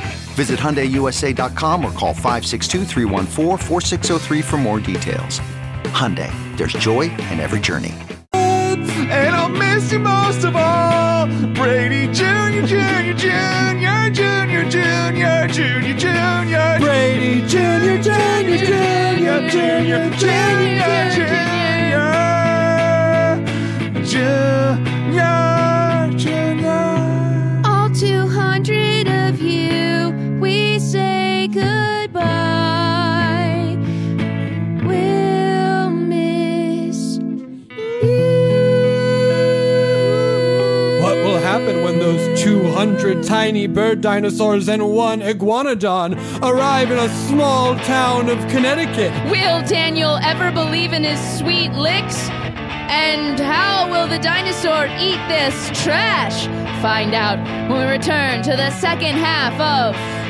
J: Visit HyundaiUSA.com or call 562-314-4603 for more details. Hyundai, there's joy in every journey.
I: And I'll miss you most of all, Brady Jr., Jr., Jr., Jr., Jr., Jr., Jr.,
C: Brady Jr. Jr. Jr. Jr.
I: Jr., Jr., Jr., Jr.
H: All 200 of you, we say goodbye. We'll miss you.
C: What will happen when those 200 tiny bird dinosaurs and one iguanodon arrive in a small town of Connecticut?
H: Will Daniel ever believe in his sweet licks? And how will the dinosaur eat this trash? Find out when we return to the second half of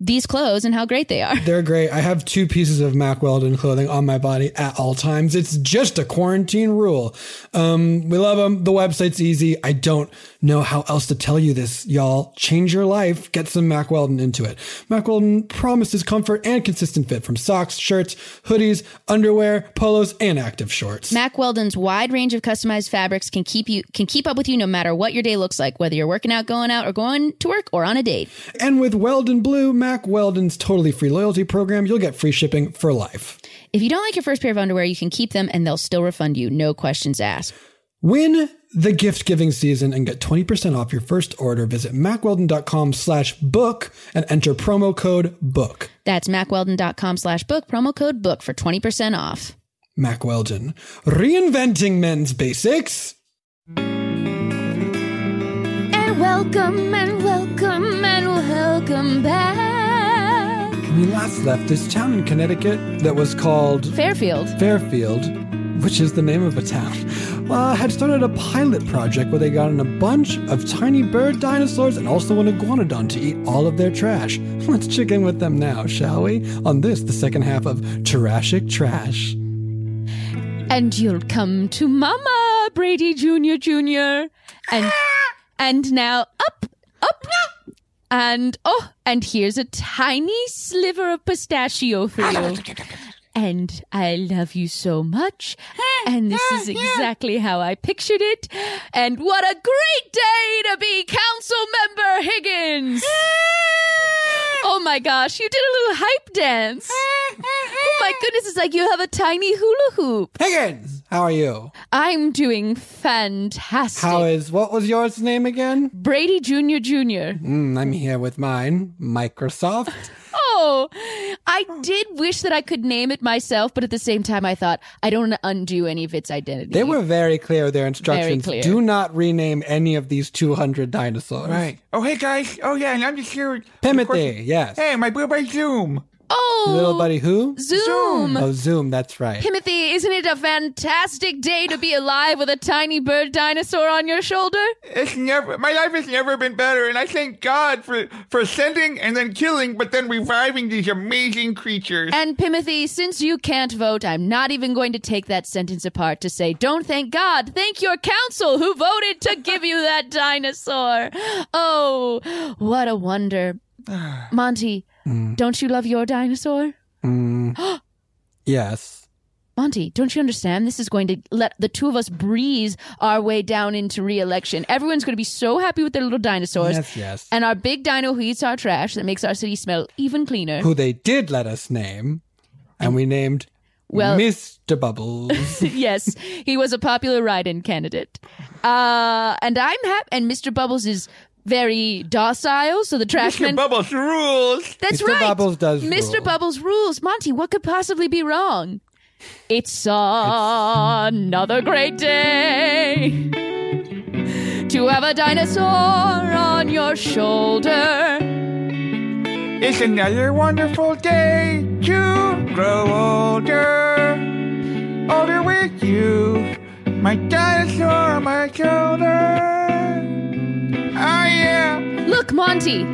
D: these clothes and how great they are.
C: They're great. I have two pieces of Mac Weldon clothing on my body at all times. It's just a quarantine rule. Um, we love them. The website's easy. I don't know how else to tell you this, y'all. Change your life. Get some Mac Weldon into it. Mac Weldon promises comfort and consistent fit from socks, shirts, hoodies, underwear, polos, and active shorts.
D: Mac Weldon's wide range of customized fabrics can keep you can keep up with you no matter what your day looks like, whether you're working out, going out, or going to work or on a date.
C: And with Weldon Blue, Mac Weldon's totally free loyalty program, you'll get free shipping for life.
D: If you don't like your first pair of underwear, you can keep them and they'll still refund you, no questions asked.
C: Win the gift giving season and get 20% off your first order. Visit macweldon.com slash book and enter promo code book.
D: That's macweldon.com slash book, promo code book for 20% off.
C: Mac Weldon, reinventing men's basics.
H: And welcome, and welcome, and welcome back.
C: We last left this town in Connecticut that was called
D: Fairfield.
C: Fairfield, which is the name of a town, uh, had started a pilot project where they got in a bunch of tiny bird dinosaurs and also an iguanodon to eat all of their trash. Let's check in with them now, shall we? On this, the second half of Jurassic Trash.
H: And you'll come to Mama Brady Jr. Jr. And and now up, up, and oh, and here's a tiny sliver of pistachio for you. And I love you so much. And this is exactly how I pictured it. And what a great day to be Council Member Higgins! Oh my gosh, you did a little hype dance. Oh my goodness, it's like you have a tiny hula hoop.
C: Higgins, how are you?
H: I'm doing fantastic.
C: How is what was yours name again?
H: Brady Jr. Jr.
C: Mm, I'm here with mine, Microsoft.
H: Oh, I did wish that I could name it myself, but at the same time, I thought I don't want to undo any of its identity.
C: They were very clear with their instructions.
H: clear.
C: Do not rename any of these 200 dinosaurs.
I: Right. Oh, hey, guys. Oh, yeah, and I'm just here.
C: Timothy, yes.
I: Hey, my blue by Zoom.
H: Oh,
C: Little buddy who?
H: Zoom.
C: Oh, Zoom, that's right.
H: Timothy, isn't it a fantastic day to be alive with a tiny bird dinosaur on your shoulder?
I: It's never my life has never been better, and I thank God for for sending and then killing, but then reviving these amazing creatures.
H: And Timothy, since you can't vote, I'm not even going to take that sentence apart to say, don't thank God, thank your council who voted to give you that dinosaur. Oh, what a wonder. Monty, don't you love your dinosaur?
C: Mm. yes.
H: Monty, don't you understand? This is going to let the two of us breeze our way down into re-election. Everyone's going to be so happy with their little dinosaurs.
C: Yes, yes.
H: And our big dino who eats our trash that makes our city smell even cleaner.
C: Who they did let us name, and we named
H: Well-
C: Mr. Bubbles.
H: yes, he was a popular ride-in candidate. Uh, and I'm happy. And Mr. Bubbles is very docile, so the trash
I: Mr.
H: man.
I: Bubbles rules.
H: That's
C: Mr.
H: right.
C: Bubbles does
H: Mr.
C: rule.
H: Bubbles rules. Monty, what could possibly be wrong? It's another great day to have a dinosaur on your shoulder.
I: It's another wonderful day to grow older, older with you. My dinosaur on my shoulder. I am.
H: Look, Monty.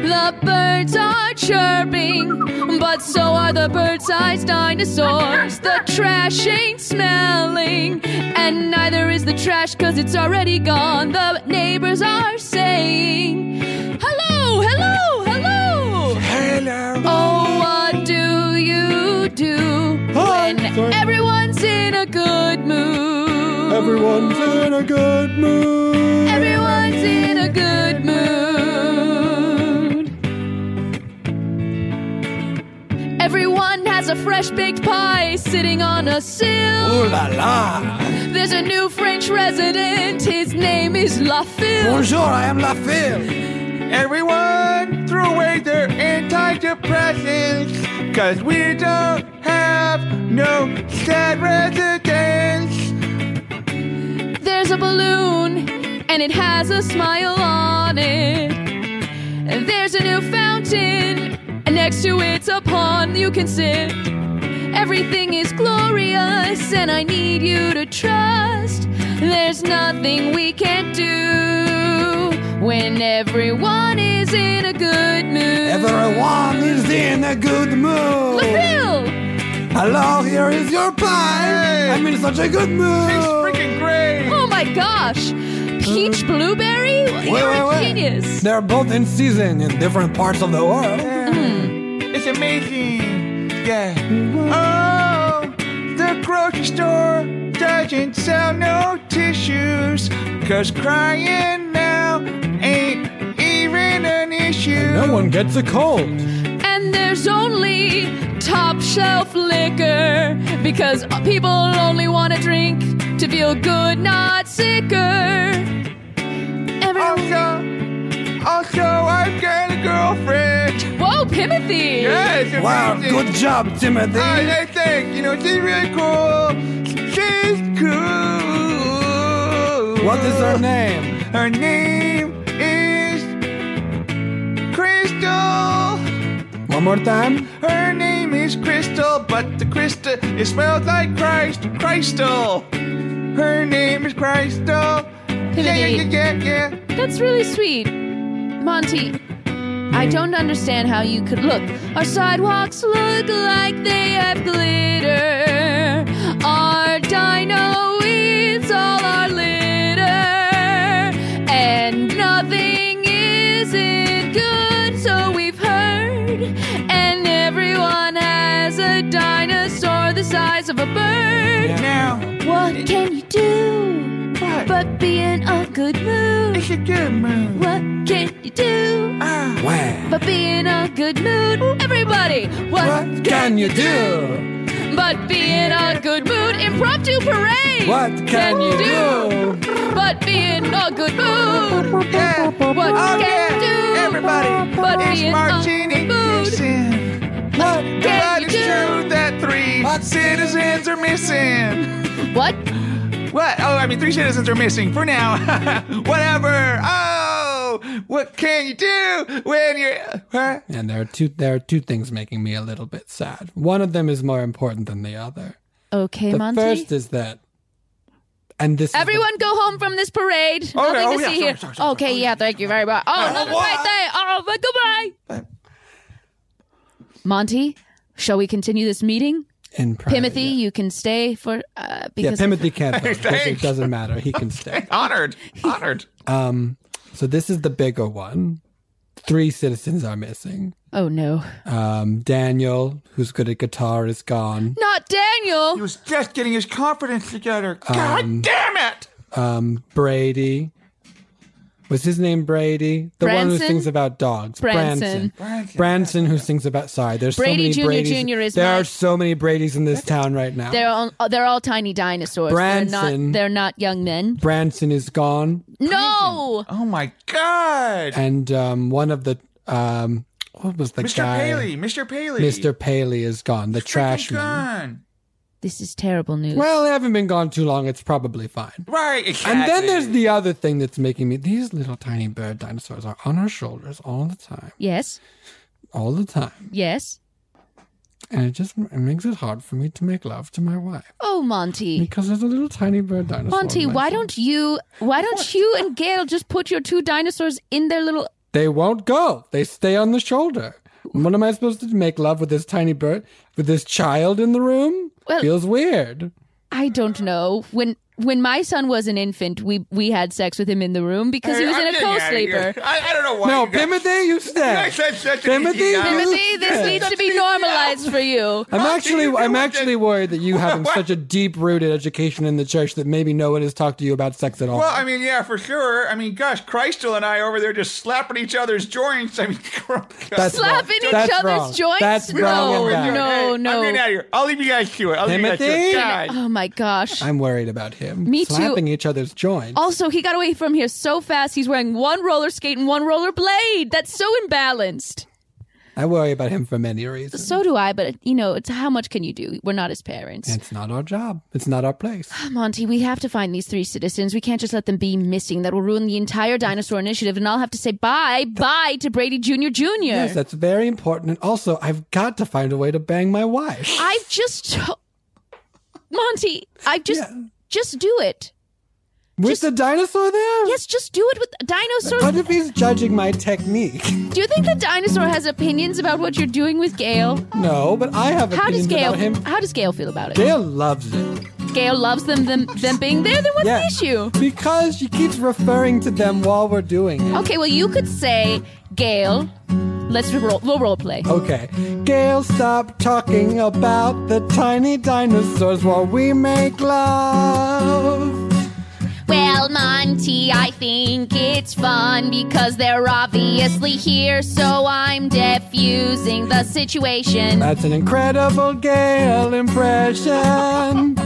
H: The birds are chirping, but so are the bird sized dinosaurs. The trash ain't smelling, and neither is the trash because it's already gone. The neighbors are saying, Hello, hello, hello.
I: Hello.
H: Oh, what do you do when
C: sorry.
H: everyone's in a good mood?
C: Everyone's in a good mood.
H: Everyone's in a good mood. Everyone There's a fresh baked pie sitting on a sill.
C: Oh,
I: Ooh la la.
H: There's a new French resident. His name is Lafille.
I: Bonjour, I am Lafille. Everyone threw away their antidepressants, cause we don't have no sad residents.
H: There's a balloon and it has a smile on it. There's a new fountain and next to it's a pond you can sit. Everything is glorious and I need you to trust. There's nothing we can't do when everyone is in a good mood.
I: Everyone is in a good mood.
H: Lafille!
I: Hello, here is your pie. I'm in such a good mood. It's freaking great.
H: Oh my gosh!
I: Uh,
H: Peach blueberry? You're a genius.
C: They're both in season in different parts of the world.
I: It's amazing. Yeah. Oh, the grocery store doesn't sell no tissues. Cause crying now ain't even an issue.
C: No one gets a cold.
H: And there's only top shelf liquor because people only want to drink to feel good, not sicker.
I: Also, also, I've got a girlfriend.
H: Whoa, Timothy!
I: Yes,
C: Wow,
I: amazing.
C: good job, Timothy.
I: I, I think, you know, she's really cool. She's cool.
C: What is her name?
I: Her name is Crystal.
C: One more time.
I: Her name is Crystal, but the crystal it smells like Christ, Crystal. Her name is Crystal. Yeah, yeah, yeah, yeah, yeah.
H: That's really sweet. Monty, I don't understand how you could look. Our sidewalks look like they have glitter. Our dino eats all our litter. And nothing isn't good, so we've heard. And everyone has a dinosaur the size of a bird.
I: Now,
H: What can you do
I: what?
H: but be in a good mood?
I: It's a good mood.
H: What can you do?
I: Ah,
C: Wow.
H: But be in a good mood, everybody. What,
C: What can you do?
H: But be in a good mood, impromptu parade.
C: What can you do?
H: But be in a good mood.
I: yeah.
H: What
I: oh,
H: can
I: yeah.
H: you do?
I: Everybody,
H: But
I: it's
H: be in
I: marching
H: a good mood.
I: ignition.
H: What
I: But
H: can you
I: it's
H: do?
I: true that three citizens are missing.
H: What?
I: What? Oh, I mean, three citizens are missing for now. Whatever. Oh, what can you do when you're. What?
C: And there are two there are two things making me a little bit sad. One of them is more important than the other.
H: Okay,
C: the
H: Monty.
C: first is that and this is the-
H: Everyone go home from this parade. Nothing
I: oh,
H: to
I: yeah,
H: see
I: sorry,
H: here.
I: sorry, sorry,
H: okay, yeah, thank you very much. Oh, another
I: what?
H: great day. Oh, but goodbye. Monty, shall we continue this meeting?
C: in private,
H: Timothy,
C: yeah.
H: you can stay for uh,
C: Yeah,
H: because
C: Timothy can't. Though, because it
I: Thanks.
C: doesn't matter. He can stay.
I: Honored. Honored.
C: Um, so this is the bigger one. Three citizens are missing.
H: oh no,
C: Um, Daniel, who's good at guitar, is gone.
H: not Daniel.
I: He was just getting his confidence together.
C: Uh,
I: God damn it!
C: Um, Brady. Was his name Brady? The one who
H: Branson?
C: sings about dogs.
H: Branson.
C: Branson, who sings about. Sorry, there's
H: Brady
C: so
H: Jr.
C: many
H: Jr.
C: Brady's.
H: is
C: there
H: my-
C: are so many Brady's in this town right now.
H: They're all, oh, they're all tiny dinosaurs. They're
C: Branson.
H: not they're not young men.
C: Branson is gone,
H: No,
I: Oh my god!
C: and um, one of the um, what was the
I: Mr.
C: guy?
I: Paley, Mr. Paley,
C: Mr. Paley is gone. The
I: Freaking
C: trash man.
I: gone.
H: this is terrible news.
C: Well, they haven't been gone too long. It's probably fine.
I: Right, exactly.
C: And then there's the other thing that's making me. These little tiny bird dinosaurs are on our shoulders all the time,
H: yes,
C: all the time,
H: yes.
C: and it just it makes it hard for me to make love to my wife
H: Oh, Monty.
C: because there's a little tiny bird dinosaur.
H: Monty,
C: on my
H: why
C: shoulder.
H: don't you why don't you and Gail just put your two dinosaurs in their little
C: they won't go? They stay on the shoulder. What am I supposed to make love with this tiny bird with this child in the room?
H: Well-
C: Feels weird.
H: I don't know. When when my son was an infant, we we had sex with him in the room because he was
I: I'm
H: in a
I: getting outta
H: co-sleeper.
I: here. I, I don't know why.
G: No,
I: you got-
G: Timothy, you said.
I: You said such an
G: Timothy,
I: easy guy.
H: Timothy, this needs to be
I: uh,
H: normalized for you.
G: I'm actually I'm actually worried that you having such a deep rooted education in the church that maybe no one has talked to you about sex at all.
I: Well, I mean, yeah, for sure. I mean, gosh, Christel and I over there just slapping each other's joints. I mean,
G: That's
H: Slapping
G: wrong.
H: each
G: That's
H: other's
G: wrong.
H: joints?
G: That's
H: No,
G: wrong and bad.
H: Oh, no, no.
I: I'm getting out of here. I'll leave you guys to it. I'll leave Oh, you guys
G: Timothy?
I: to it. God.
H: Oh my gosh.
G: I'm worried about him.
H: Me too. Oh.
G: Slapping each other's joints.
H: Also, he got away from here so fast. He's wearing one roller skate and one roller blade. That's so imbalanced.
G: I worry about him for many reasons.
H: So do I, but you know, it's how much can you do? We're not his parents.
G: It's not our job. It's not our place.
H: Monty, we have to find these three citizens. We can't just let them be missing. That will ruin the entire dinosaur initiative, and I'll have to say bye, bye to Brady Jr. Jr.
G: Yes, that's very important. And also, I've got to find a way to bang my wife.
H: I've just to- Monty, I've just just do it.
G: With the dinosaur there?
H: Yes, just do it with dinosaurs.
G: What if he's judging my technique?
H: Do you think the dinosaur has opinions about what you're doing with Gail?
G: No, but I have
H: How does
G: opinions
H: Gail?
G: about him.
H: How does Gail feel about it?
G: Gail loves it.
H: Gail loves them them, them being there. Then what's
G: Yeah.
H: the issue?
G: Because she keeps referring to them while we're doing it.
H: Okay, well you could say Gail. Let's roll. We'll role play.
G: Okay. Gail, stop talking about the tiny dinosaurs while we make love.
H: Well, Monty, I think it's fun because they're obviously here, so I'm defusing the situation.
G: That's an incredible Gail impression.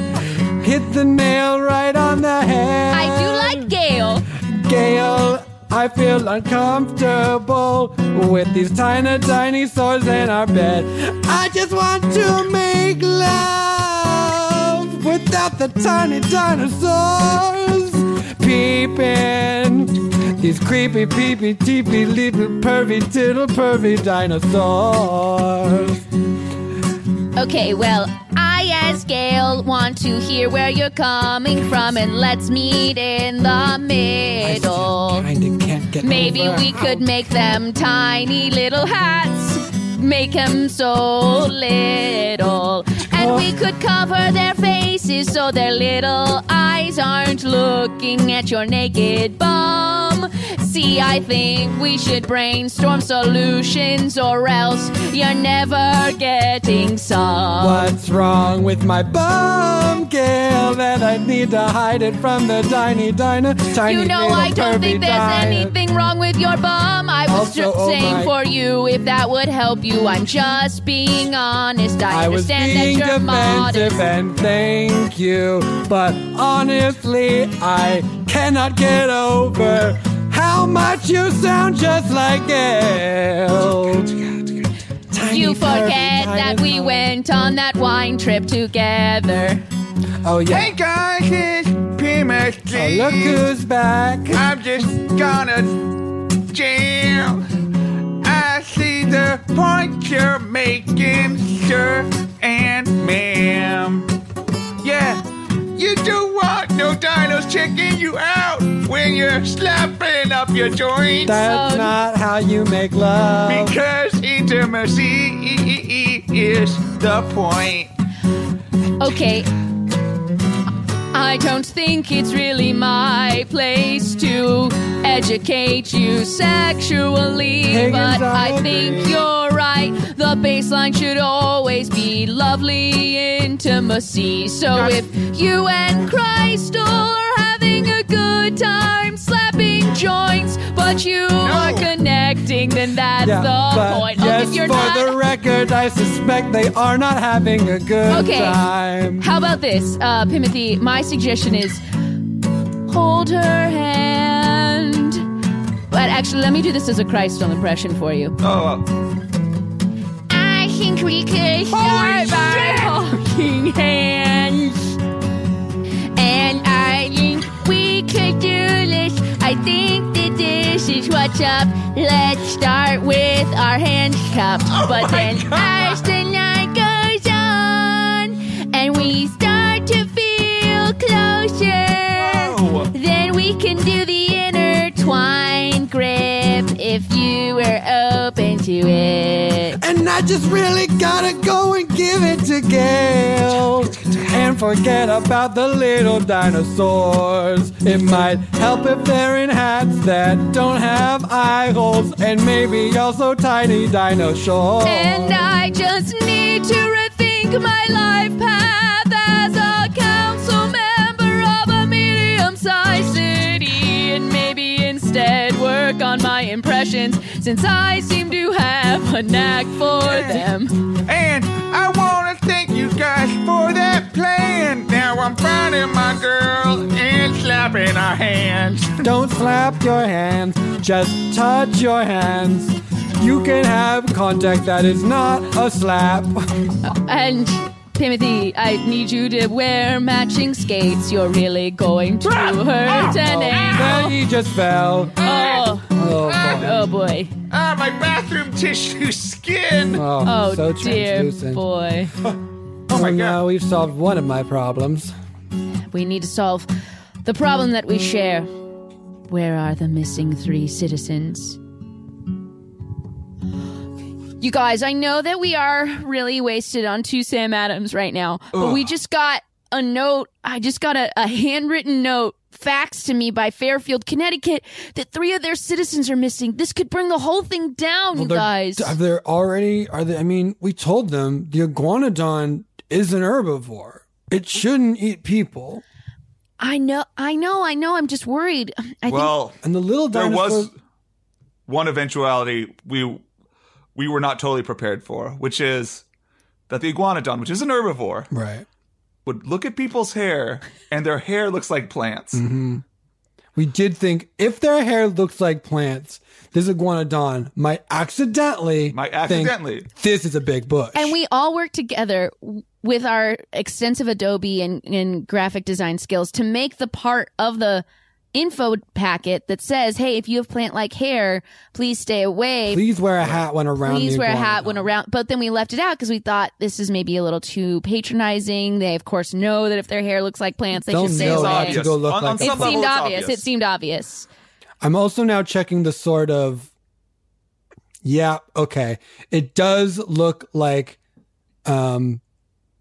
G: Hit the nail right on the head.
H: I do like Gail.
G: Gail, I feel uncomfortable with these tiny dinosaurs in our bed. I just want to make love without the tiny dinosaurs peeping. These creepy, peepy, teepy, leepy, pervy, tittle, pervy dinosaurs.
H: Okay, well, I as Gail want to hear where you're coming from, and let's meet in the middle.
G: Kinda can't get
H: Maybe
G: over
H: we
G: how
H: could make them tiny little hats. Make them so little. And
G: Oh.
H: we could cover their faces so their little eyes aren't looking at your naked bum. See, I think we should brainstorm solutions or else you're never getting some.
G: What's wrong with my bum, Gail? That I need to hide it from the tiny dino. Tiny
H: You know,
G: little
H: I don't
G: pervy
H: think there's
G: dino.
H: anything wrong with your bum. I was
G: Also,
H: just
G: oh
H: saying
G: my-
H: for you if that would help you. I'm just being honest. I,
G: I was
H: understand
G: being
H: that you're modest.
G: defensive and thank you, but honestly, I cannot get over how much you sound just like Gail.
H: You
G: Tiny,
H: forget
G: pervy
H: that we went on that wine trip together.
G: Oh yeah.
I: Hey guys, it's Primus
G: Oh, look who's back.
I: I'm just gonna jam. I see the point you're making, sir and ma'am. Yeah, you do want no dinos checking you out when you're slapping up your joints.
H: Oh.
G: That's not how you make love.
I: Because intimacy is the point.
H: Okay. I don't think it's really my place to educate you sexually,
G: Higgins,
H: but I
G: I
H: think
G: agree.
H: you're right. The baseline should always be lovely intimacy. So if you and Crystal are having a good time slapping joints, but you are connecting, then that's
G: Yeah,
H: the
G: but
H: point.
G: yes,
H: oh, if you're
G: for
H: not
G: the record, I suspect they are not having a good
H: Okay.
G: time.
H: How about this, uh, Timothy? My suggestion is hold her hand. But actually, let me do this as a Crystal impression for you.
I: Oh,
H: I think we could start by holding hands. And I think we could do this. I think that this is what's up. Let's start with our hands cupped. but then as the night goes on and we start to feel closer, then we can do the intertwined grip if you were open to it.
G: And I just really gotta go and give it to Gail.
C: and forget about the little dinosaurs. It might help if they're in hats that don't have eye holes, and maybe also tiny dinosaurs.
H: And I just need to rethink my life path as a council member of a medium sized city. And maybe instead work on my impressions since I seem to have a knack for them.
I: And I wanna thank you guys for that plan. Now I'm finding my girl and slapping her hands.
C: Don't slap your hands, just touch your hands. You can have contact that is not a slap.
H: And Timothy, I need you to wear matching skates. You're really going to
I: Ah!
H: hurt
I: Oh,
H: an
C: There
H: ankle.
C: he just fell.
H: Oh,
C: Oh, boy.
H: oh boy.
I: Ah, my bathroom tissue skin.
C: Oh,
H: Oh,
C: so
H: dear
C: translucent.
H: boy.
C: Oh my god. Now we've solved one of my problems.
D: We need to solve the problem that we share. Where are the missing three citizens?
H: You guys, I know that we are really wasted on two Sam Adams right now, but
D: Ugh.
H: we just got a note. I just got a, a handwritten note faxed to me by Fairfield, Connecticut, that three of their citizens are missing. This could bring the whole thing down, you
C: they're-
H: guys.
C: Are they already? Are they? I mean, we told them the iguanodon is an herbivore. It shouldn't eat people.
H: I know, I know, I know. I'm just worried. I
F: well,
C: and the little
F: there was
C: dinosaurs-
F: one eventuality we we were not totally prepared for, which is that the iguanodon, which is an herbivore,
C: Right.
F: would look at people's hair and their hair looks like plants.
C: hmm We did think if their hair looks like plants, this iguanodon might accidentally might
F: accidentally.
C: this is a big bush.
D: And we all work together w- with our extensive Adobe and, and graphic design skills to make the part of the info packet that says, hey, if you have plant like hair, please stay away.
C: Please wear a hat when around.
D: Please
C: the
D: wear a
C: iguanodon.
D: hat when around. But then we left it out because we thought this is maybe a little too patronizing. They, of course, know that if their hair looks like plants, they
C: They'll
D: should stay
C: know not
D: away.
C: to go look On- on like
D: it
C: some
D: seemed
C: level, it's
D: obvious.
C: obvious.
D: It seemed obvious.
C: I'm also now checking the sort of. Yeah, okay. It does look like um,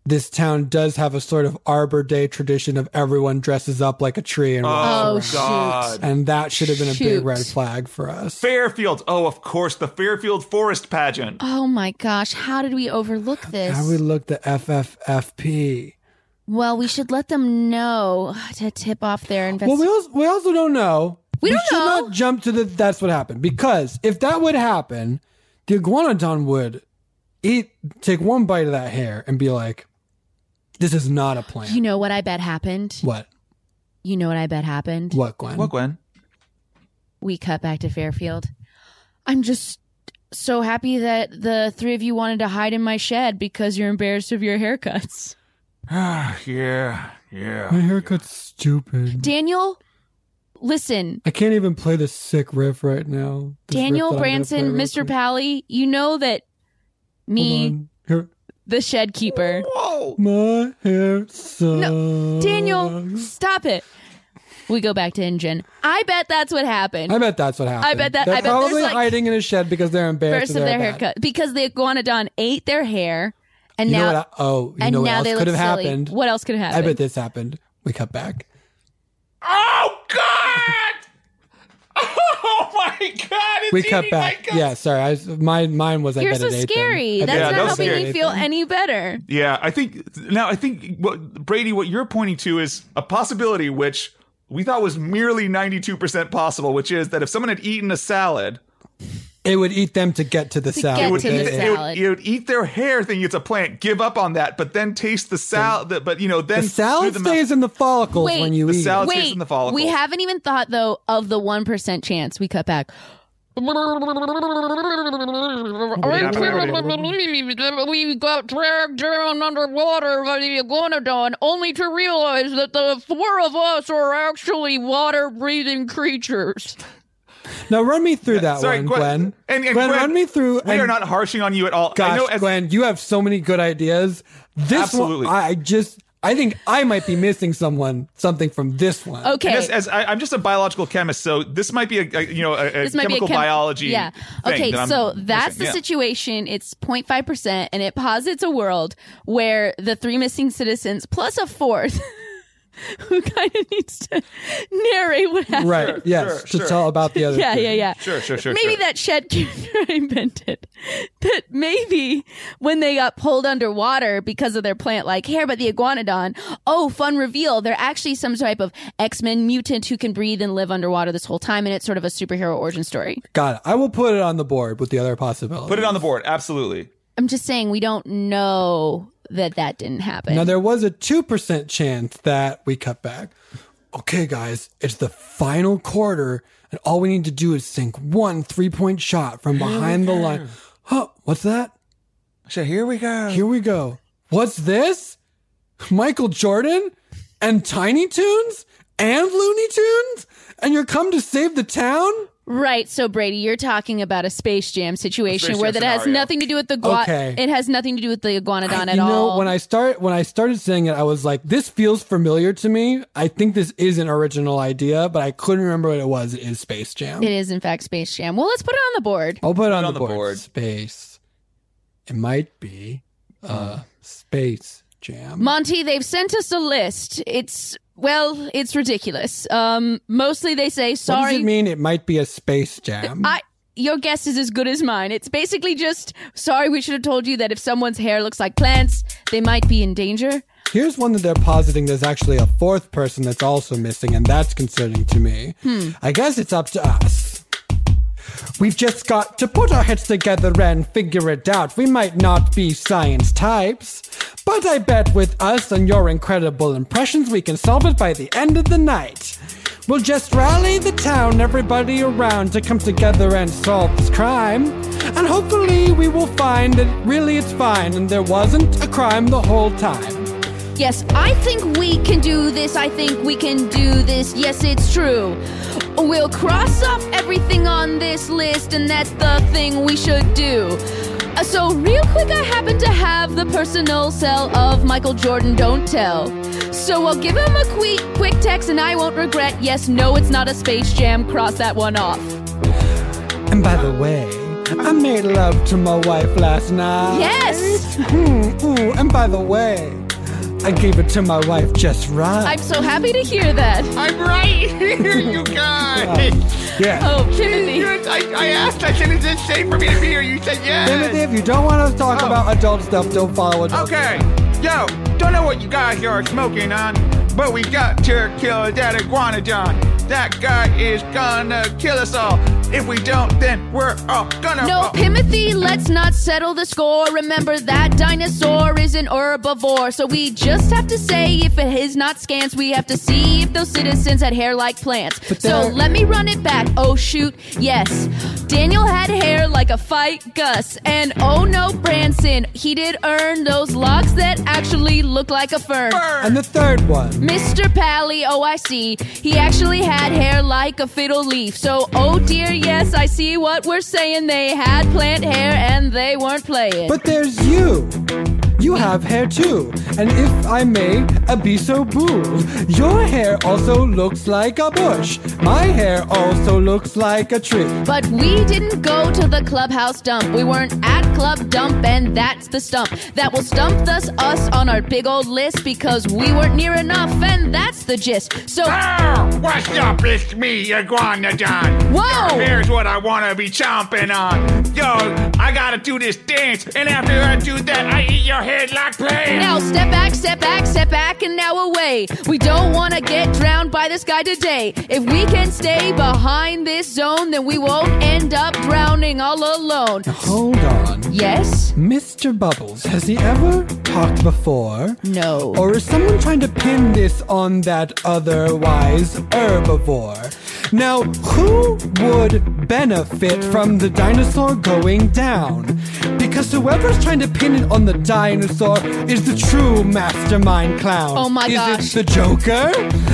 C: this town does have a sort of Arbor Day tradition of everyone dresses up like a tree and
F: Oh,
C: walks around.
F: God.
C: And that should have been a big
F: Shoot.
C: red flag for us.
F: Fairfield. Oh, of course, the Fairfield Forest Pageant.
D: Oh my gosh, how did we overlook this?
C: Now we look the FFFP.
D: Well, we should let them know to tip off their
C: Well, we
D: investigation.
C: also, we also don't know.
D: We don't
C: should
D: know.
C: not jump to the that's what happened because if that would happen, the iguanodon would eat, take one bite of that hair and be like, "This is not a plant."
D: you know what I bet happened?
C: What?
D: You know what I bet happened?
C: What, Gwen? What,
F: Gwen?
D: We cut back to Fairfield. I'm just so happy that the three of you wanted to hide in my shed because you're embarrassed of your haircuts.
I: Ah,
F: yeah, yeah.
C: My haircut's stupid.
D: Daniel, listen.
C: I can't even play this sick riff right now. This riff that
D: Daniel
C: I'm gonna play
D: Branson,
C: real
D: Mr.
C: quick.
D: Pally, you know that
C: Hold
D: me,
C: on. Here-
D: the shed keeper.
C: my hair sucks.
D: Daniel, stop it. We go back to Ingen. I bet that's what happened.
C: I bet that's what happened.
D: bet that-
C: they're
D: I bet there's,
C: probably
D: like,
C: hiding in a shed because they're embarrassed
D: First of their
C: bad.
D: haircut because the iguanodon ate their hair, and
C: you
D: now
C: know what I- oh, you
D: and
C: know what
D: now
C: else
D: they
C: could
D: look
C: have
D: silly.
C: happened.
D: What else could have
C: I bet
D: happened?
C: this happened. We cut back.
I: Oh my god! It's
C: we cut
I: eating
C: back. Yeah, sorry. I was, my mine was. I
D: You're
C: bet
D: so
C: it ate them.
D: scary.
C: I bet
D: That's
F: Yeah,
D: not
F: that was
D: helping
F: scary.
D: me feel any better.
F: Yeah, I think now I think what Brady, what you're pointing to is a possibility which we thought was merely 92% possible, which is that if someone had eaten a salad,
C: It would eat them to get to the salad.
F: it would,
C: They
F: it,
C: ate.
F: would- it would eat their hair, thinking it's a plant, give up on that, but then taste the salad. But you know, then
C: the salad stays in the follicles
D: Wait,
C: when you
F: The
C: eat.
F: salad
C: it.
F: stays in the follicles.
D: we haven't even thought though of the one percent chance. We cut back.
H: We got dragged down underwater by the iguanodon, only to realize that the four of us are actually water-breathing creatures.
C: Now run me through that
F: Sorry,
C: one,
F: Gwen.
C: Gwen.
F: And, and
C: Gwen, run me through.
F: We
C: and-
F: are not harshing on you at all. I
C: Gosh,
F: know as
C: Glenn, you have so many good ideas. This
F: Absolutely.
C: one, I just I think I might be missing someone, something from this one.
D: Okay.
I: As, as I, I'm just a biological chemist, so this might be a, a you know a, a
D: This might be a
I: chemical
D: chem-
I: biology.
D: yeah.
I: thing
D: Okay,
I: that I'm
D: so that's
I: missing,
D: the
I: yeah.
D: situation. It's 0.5%, and it posits a world where the three missing citizens plus a fourth who kind of needs to narrate what happened.
C: Right. yes. to tell about the other.
D: yeah,
C: three.
D: yeah, yeah. Maybe
C: sure.
D: that shed character I invented. That maybe when they got pulled underwater because of their plant like hair, but the iguanodon, oh, fun reveal. They're actually some type of X Men mutant who can breathe and live underwater this whole time, and it's sort of a superhero origin story.
C: Got it. I will put it on the board with the other possibility.
I: Put it on the board. Absolutely.
D: I'm just saying we don't know that that didn't happen.
C: Now there was a two percent chance that we cut back. Okay, guys, it's the final quarter, and all we need to do is sink one three-point shot from behind the line. Huh? What's that?
F: So here we go.
C: Here we go. What's this? Michael Jordan and Tiny Toons and Looney Tunes, and you're come to save the town?
D: Right, so Brady, you're talking about a Space Jam situation
C: Space Jam
D: where that has
C: scenario.
D: nothing to do with the gua-
C: Okay.
D: it has nothing to do with the iguanodon at
C: you know,
D: all.
C: when I start when I started saying it, I was like, "This feels familiar to me." I think this is an original idea, but I couldn't remember what it was. It is Space Jam.
D: It is in fact Space Jam. Well, let's put it on the board.
C: I'll put it on, the, board. Space. It might be uh, Space Jam.
D: Monty, they've sent us a list. It's well, it's ridiculous. Um, mostly they say
C: What does
D: sorry.
C: it mean? It might be a Space Jam.
D: I your guess is as good as mine. It's basically just sorry. We should have told you that if someone's hair looks like plants, they might be in danger.
C: Here's one that they're positing there's actually a fourth person that's also missing, and that's concerning to me.
D: Hmm.
C: I guess it's up to us. We've just got to put our heads together and figure it out. We might not be science types, but I bet with us and your incredible impressions, we can solve it by the end of the night. We'll just rally the town, everybody around, to come together and solve this crime. And hopefully, we will find that really it's fine and there wasn't a crime the whole time.
D: Yes, I think we can do this. I think we can do this. Yes, it's true. We'll cross off everything on this list, and that's the thing we should do. Uh, So, real quick, I happen to have the personal cell of Michael Jordan, don't tell. So, I'll give him a quick, quick text, and I won't regret. Yes, no, it's not a Space Jam. Cross that one off.
C: And by the way, I made love to my wife last night.
D: Yes!
C: Mm, ooh, and by the way, I gave it to my wife just right.
D: I'm so happy to hear that.
F: I'm right here, you guys.
C: yeah.
D: Oh, Timothy.
F: I, I asked, I said, is it safe for me to be here? You said yes.
C: Timothy, if you don't want us to talk
F: Oh.
C: about adult stuff, don't follow adult
F: Okay, yo, don't know what you guys here are smoking on, but we got to kill that iguanodon. That guy is gonna kill us all. If we don't, then we're all gonna
D: No,
F: fall.
D: Timothy, let's not settle the score. Remember that dinosaur is an herbivore. So we just have to say if it is not scans, we have to see if those citizens had hair like plants. So
C: there-
D: let me run it back. Oh shoot, yes. Daniel had hair like a fight Gus. And oh no, Branson, he did earn those locks that actually look like a fern.
C: And the third one.
D: Mr. Pally, oh, I see. He actually had hair like a fiddle leaf. So, oh dear, yes, I see what we're saying. They had plant hair and they weren't playing.
C: But there's you. You have hair too. And if I may uh, be so bold, your hair also looks like a bush. My hair also looks like a tree.
D: But we didn't go to the clubhouse dump. We weren't at club dump, and that's the stump that will stump us us on our big old list because we weren't near enough, and that's the gist. So,
F: What's up? It's me, Iguanodon.
D: Whoa!
F: Here's what I wanna be chomping on. Yo, I gotta do this dance, and after I do that, I eat your head like plants.
D: Now step back, step back, step back, and now away. We don't want to get drowned by this guy today. If we can stay behind this zone, then we won't end up drowning all alone.
C: Hold on.
D: Yes?
C: Mr. Bubbles, has he ever talked before?
D: No.
C: Or is someone trying to pin this on that otherwise herbivore? Now, who would benefit from the dinosaur going down?
K: Because whoever's trying to pin it on the dinosaur is the true mastermind clown.
D: Oh my
K: is
D: gosh.
K: Is it the Joker?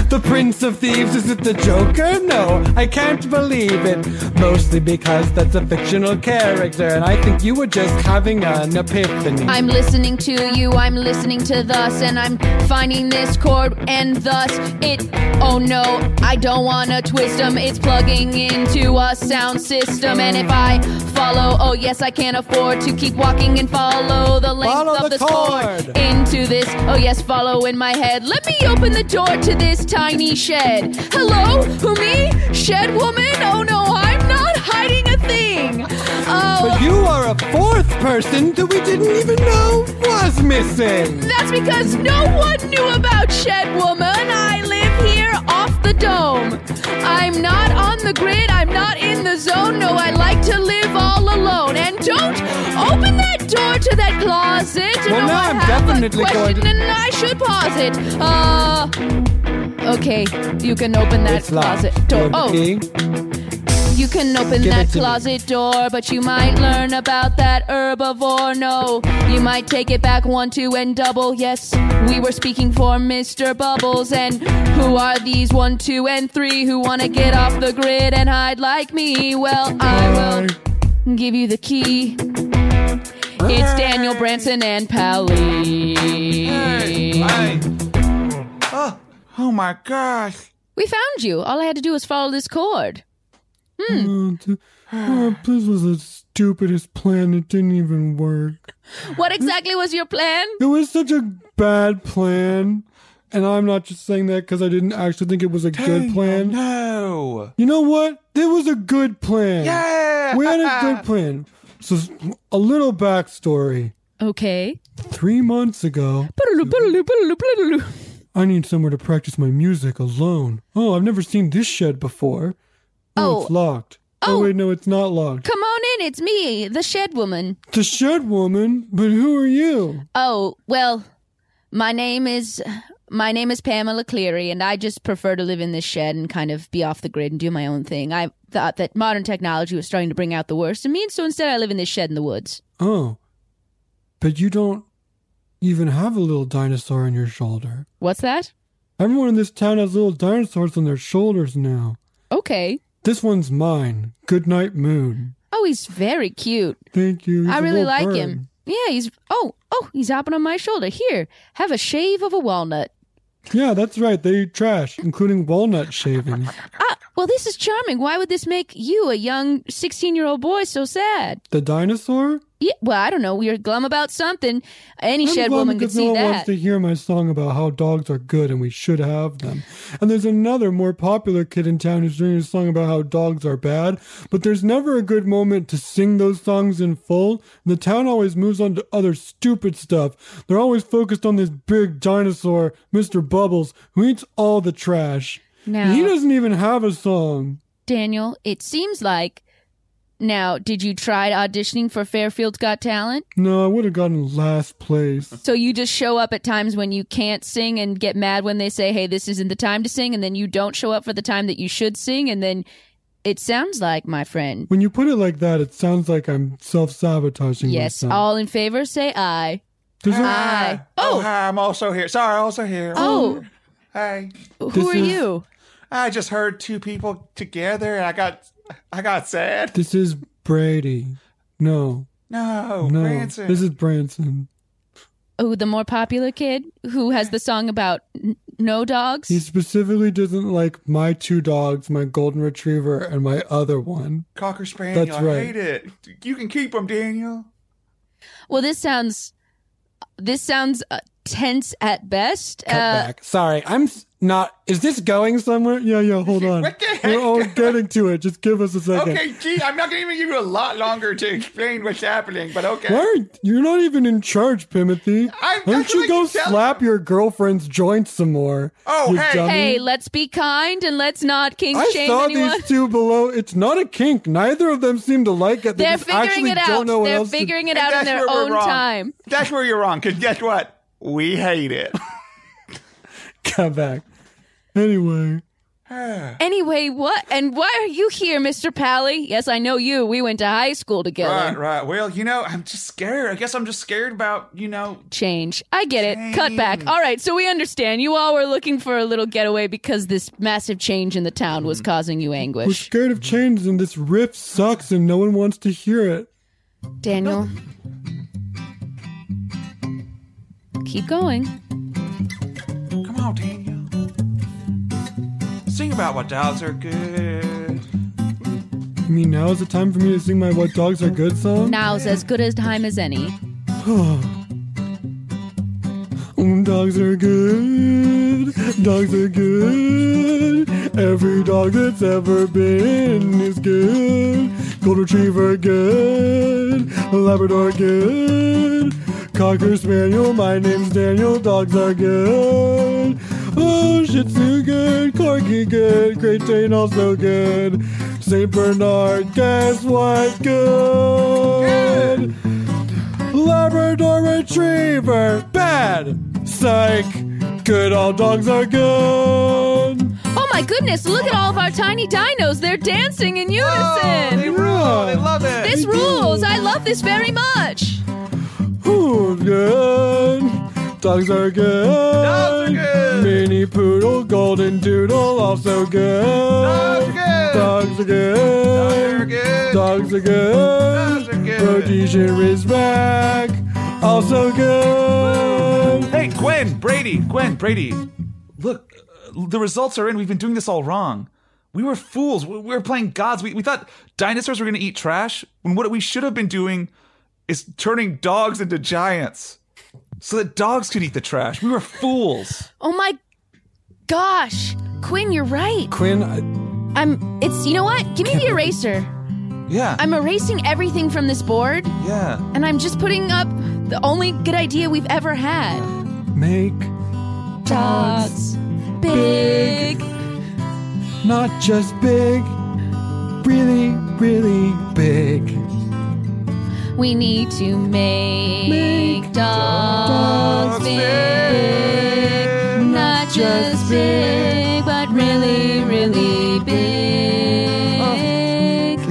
K: The Prince of Thieves? Is it the Joker? No, I can't believe it. Mostly because that's a fictional character, and I think you were just having an epiphany.
D: I'm listening to you, I'm listening to thus, and I'm finding this chord, and thus it. Oh no, I don't wanna twist 'em. It's plugging into a sound system, and if I follow, oh yes, I can't afford to keep walking and follow the length
K: Follow
D: of
K: the
D: this chord
K: chord.
D: into this. Oh yes, follow in my head. Let me open the door to this tiny shed. Hello, who me? Shed woman? Oh no, I'm not hiding a thing. Oh,
K: But you are a fourth person that we didn't even know was missing.
D: That's because no one knew about Shed Woman. I live here off the dome. I'm not on the grid. I'm not in the zone. No, I like to live all alone. And don't open that door to that closet.
K: Well,
D: no,
K: now
D: I
K: I'm
D: have
K: definitely
D: a
K: going
D: question,
K: to-
D: and I should pause it. Uh, okay, you can open that
K: It's locked.
D: closet
K: Do you
D: door.
K: have the
D: Oh.
K: key?
D: You can open
K: Give
D: that
K: it to me.
D: closet door, but you might learn about that herbivore. No, you might take it back one, two, and double. Yes, we were speaking for Mr. Bubbles. And who are these one, two, and three who want to get off the grid and hide like me? Well, I will give you the key. It's Daniel Branson and Pally.
I: Oh, oh my gosh.
D: We found you. All I had to do was follow this cord.
K: Oh, this was the stupidest plan. It didn't even work.
D: What exactly was your plan?
K: It was such a bad plan. And I'm not just saying that because I didn't actually think it was a good plan.
I: No.
K: You know what? It was a good plan.
I: Yeah!
K: We had a good plan. So, s- a little backstory.
D: Okay.
K: Three months ago, I need somewhere to practice my music alone. Oh, I've never seen this shed before. Oh, it's
D: Oh.
K: locked. Oh, wait, no, it's not locked.
D: Come on in, it's me, the shed woman.
K: The shed woman, but who are you?
D: Oh, well, my name is my name is Pamela Cleary and I just prefer to live in this shed and kind of be off the grid and do my own thing. I thought that modern technology was starting to bring out the worst in me, and so instead I live in this shed in the woods.
K: Oh, but you don't even have a little dinosaur on your shoulder.
D: What's that?
K: Everyone in this town has little dinosaurs on their shoulders now.
D: Okay.
K: This one's mine. Good night, moon.
D: Oh, he's very cute.
K: Thank you. He's
D: I
K: a
D: really
K: little
D: like
K: bird.
D: him. Yeah, he's oh, oh, he's hopping on my shoulder. Here, have a shave of a walnut.
K: Yeah, that's right. They eat trash, including walnut shavings.
D: Ah, well, this is charming. Why would this make you, a young 16 year old boy, so sad?
K: The dinosaur?
D: Yeah, well, I don't know. We are glum about something. Any
K: I'm
D: shed
K: glad
D: woman could
K: because
D: see
K: no one wants
D: that.
K: to hear my song about how dogs are good and we should have them. And there's another more popular kid in town who's doing a song about how dogs are bad, but there's never a good moment to sing those songs in full. And the town always moves on to other stupid stuff. They're always focused on this big dinosaur, Mr. Bubbles, who eats all the trash. And he
D: Now-
K: doesn't even have a song.
D: Daniel, it seems like. Now, did you try auditioning for Fairfield's Got Talent?
K: No, I would have gotten last place.
D: So you just show up at times when you can't sing and get mad when they say, hey, this isn't the time to sing, and then you don't show up for the time that you should sing, and then it sounds like, my friend.
K: When you put it like that, it sounds like I'm self sabotaging
D: Yes,
K: myself.
D: all in favor say aye.
K: Does it-
D: Aye.
I: Oh, hi, I'm also here. Sorry, also here.
D: Oh.
I: Hey.
K: This
D: Who are
K: is-
D: you?
I: I just heard two people together and I got I got sad.
K: This is Brady. No.
I: No,
K: no.
I: Oh, Branson.
K: This is Branson.
D: Oh, the more popular kid who has the song about n- no dogs?
K: He specifically doesn't like my two dogs, my golden retriever and my other one.
I: Cocker Spaniel.
K: That's
I: I
K: right.
I: hate it. You can keep them, Daniel.
D: Well, this sounds this sounds uh, tense at best.
K: Cut
H: Uh,
K: back. Sorry, I'm s- not. Is this going somewhere? Yeah, yeah, hold on. We're all getting to it. Just give us a second.
I: Okay, gee, I'm not going to even give you a lot longer to explain what's happening, but okay.
K: Why are, you're not even in charge, Timothy.
I: I'm-
K: Why don't
I: that's
K: you
I: what I
K: go
I: keep telling
K: slap your girlfriend's joints some more?
I: Oh,
K: you
I: hey.
K: dummy.
D: Hey, let's be kind and let's not kink
K: I
D: shame
K: saw
D: anyone.
K: these two below. It's not a kink. Neither of them seem to like it. They
D: They're
K: just
D: figuring
K: actually
D: it
K: Don't
D: out.
K: know what
D: They're
K: else to-
D: figuring it
I: And
D: out in
I: that's
D: their
I: where we're
D: own
I: wrong.
D: time.
I: That's where you're wrong, because guess what? We hate it.
K: Come back. Anyway,
H: Anyway, what and why are you here, Mr. Pally? Yes, I know you. We went to high school together.
I: Right, right. Well, you know, I'm just scared. I guess I'm just scared about, you know,
H: Change. I get it. Cut back. All right, so we understand. You all were looking for a little getaway because this massive change in the town
K: Mm.
H: was causing you
K: We're
H: anguish.
K: scared of change and this riff sucks and no one wants to hear it.
H: Daniel. Keep going.
I: Come on, Daniel. Sing about what dolls are good.
K: You mean now is the time for me to sing my What Dogs Are Good song?
H: Now's as good a time as any.
K: dogs are good. Dogs are good. Every dog that's ever been is good. Gold Retriever good. Labrador good. Cocker Spaniel, my name's Daniel. Dogs are good. Oh, Shih Tzu good. Corgi good. Great Dane also good. St. Bernard, guess what? Good. Labrador Retriever, bad. Psych. Good, all dogs are good.
H: Oh my goodness, look at all of our tiny dinos. They're dancing in unison. they
I: rule. Oh, They love it.
H: This rules. I love this very much.
K: Who's good? Dogs are good. Dogs are good. Mini poodle, golden doodle, also good. Dogs are good. Dogs are good. Dogs are good. Rhodesian Rizback, also good.
I: Hey, Gwen, Brady, Gwen, Brady. Look, uh, the results are in. We've been doing this all wrong. We were fools. We we were playing gods. We, we thought dinosaurs were going to eat trash. When what we should have been doing is turning dogs into giants so that dogs could eat the trash. We were fools.
H: Oh my gosh. Quinn, you're right.
K: Quinn, I,
H: I'm it's you know what? Give me the eraser.
I: yeah.
H: I'm erasing everything from this board
I: yeah.
H: and I'm just putting up the only good idea we've ever had.
K: Make
H: Dogs. Big.
K: not just big, really, really big.
H: We need to make, dogs, big. Not just big, but really, really big.
K: Oh.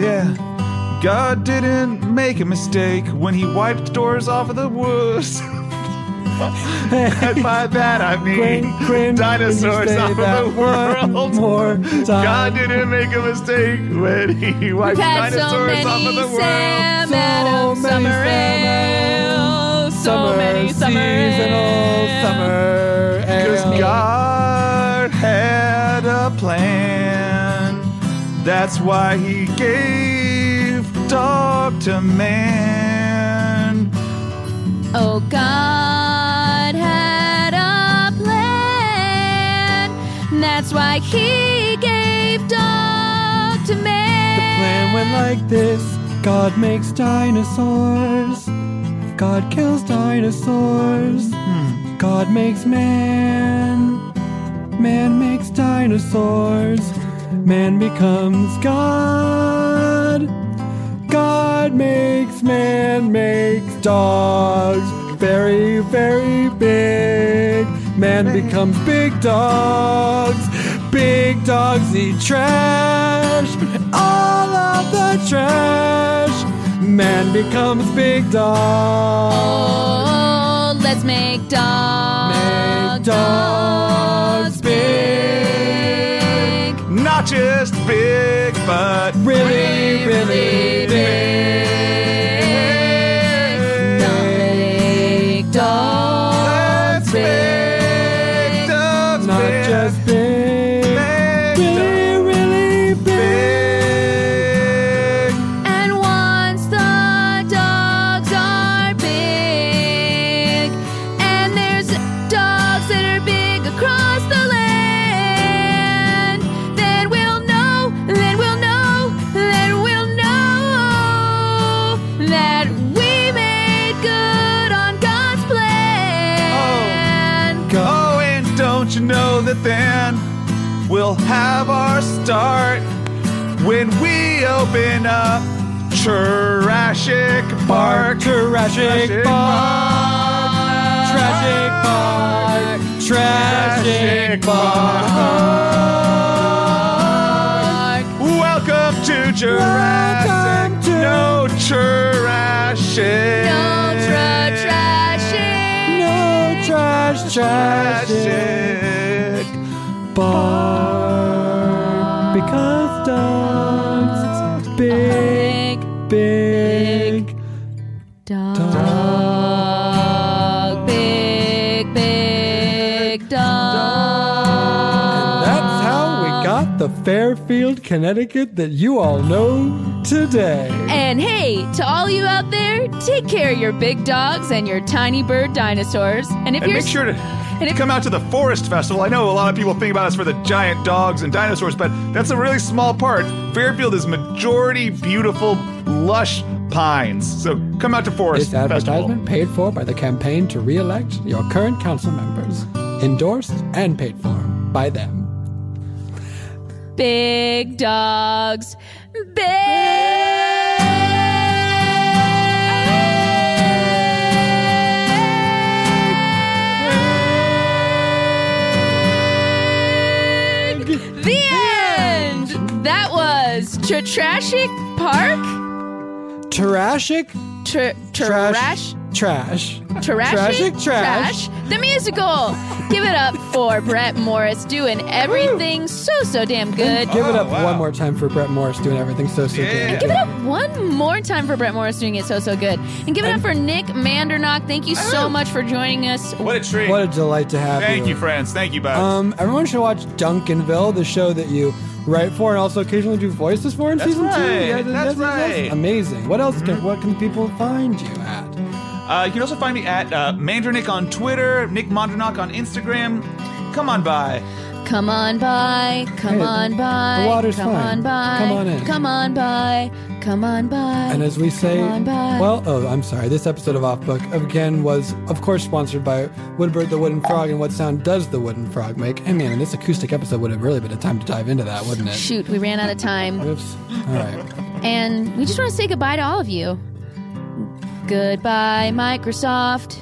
I: Yeah. God didn't make a mistake when he wiped the doors off of the woods. and by that I mean dinosaurs
F: say
I: off of
F: that
I: the world. More God didn't make a mistake when he wiped
H: We've had
I: dinosaurs
H: so many
I: off of the world.
H: Sam Adams summer ales. So many summer
K: seasonal summer
I: Because God had a plan. That's why he gave dog to man.
H: Oh, God had a plan. That's why he gave dog to man.
K: plan went like this God makes dinosaurs. God kills dinosaurs. Hmm. God makes man. Man makes dinosaurs. Man becomes God. God makes man, makes dogs very, very big. Man becomes big dogs. Big dogs eat trash, all of the trash. Man becomes big dog.
H: Oh, let's make dogs.
K: Make dogs
H: big.
I: Not just big, but
K: really,
I: really big.
H: Make dogs big.
I: Dogs
K: Not
I: big.
K: just big, really, really
I: big.
H: And once the dogs are big, and there's dogs that are big across the land, then we'll know, then we'll know, then we'll know that we made good on God's plan.
I: Oh, and don't you know that then we'll have our start when we open up Jurassic Park. Jurassic Park. Jurassic Park. Jurassic Park.
F: to Jurassic. No trash it. No trash trash No trash trash
C: Bar. Because dogs. Big, big.
H: Dog, big, big dog.
C: That's how we got the Fairfield, Connecticut that you all know today.
H: And hey, to all you out there, take care of your big dogs and your tiny bird dinosaurs. And if
F: and
H: you're
F: make sure to come out to the Forest Festival. I know a lot of people think about us for the giant dogs and dinosaurs, but that's a really small part. Fairfield is majority beautiful, lush pines. So come out to Forest
C: This
F: Festival.
C: advertisement paid for by the campaign to re-elect your current council members. Endorsed and paid for by them.
H: big dogs, big. The end. That was Tratrashic Park.
C: Trashic
H: Tra-
C: trash
H: trash.
C: trash.
H: Trashic
C: Trashic trash.
H: The musical. Give it up for Brett Morris doing everything so so damn good.
C: Give
F: Oh,
C: it up one more time for Brett Morris doing everything so so
H: And
C: good.
H: give it up one more time for Brett Morris doing it so so good. And give it up for Nick Mandernock. Thank you
C: Oh.
H: so much for joining us.
F: What a treat.
C: What a delight to have
F: Thank
C: you.
F: you, friends. Thank you, Buzz.
C: Um, everyone should watch Duncanville, the show that you write for and also occasionally do voices for in
F: That's
C: season two.
F: right.
C: Yeah,
F: That's right.
C: Amazing. What else can what can people find you at?
F: Uh, you can also find me at uh, Mandranick on Twitter, Nick Mandranock on Instagram. Come on by.
H: Come on by, come
F: Hey,
H: on
F: the
H: by,
F: water's
H: come
F: fine.
H: on by,
C: Come on in.
H: come on by, come on by.
C: And as we say,
H: come on by.
C: well, oh, I'm sorry. This episode of Off Book again was, of course, sponsored by Woodbird the Wooden Frog. And what sound does the wooden frog make? And man, and this acoustic episode would have really been a time to dive into that, wouldn't it?
H: shoot, we ran out of time,
C: Oops. All right.
H: and we just want to say goodbye to all of you. Goodbye, Microsoft.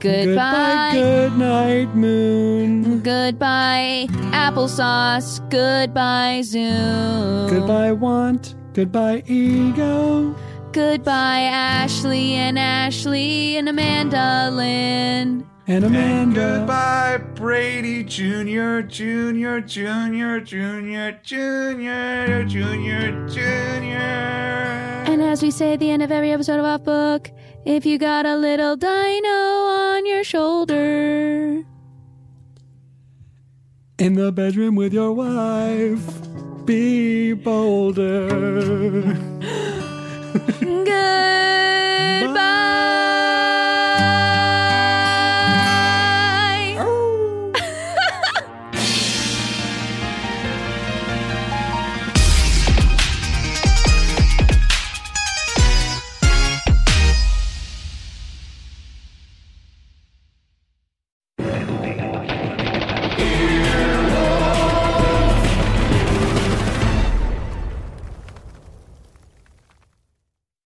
H: Goodbye.
C: Good night, Moon.
H: Goodbye, applesauce. Goodbye, Zoom.
C: Goodbye, Want. Goodbye, Ego.
H: Goodbye, Ashley and Ashley and Amanda Lynn.
C: And
F: And goodbye, Brady Jr., Jr., Jr., Jr., Jr., Jr., Jr.
H: And as we say at the end of every episode of Off Book, if you got a little dino on your shoulder,
C: In the bedroom with your wife, be bolder.
H: goodbye.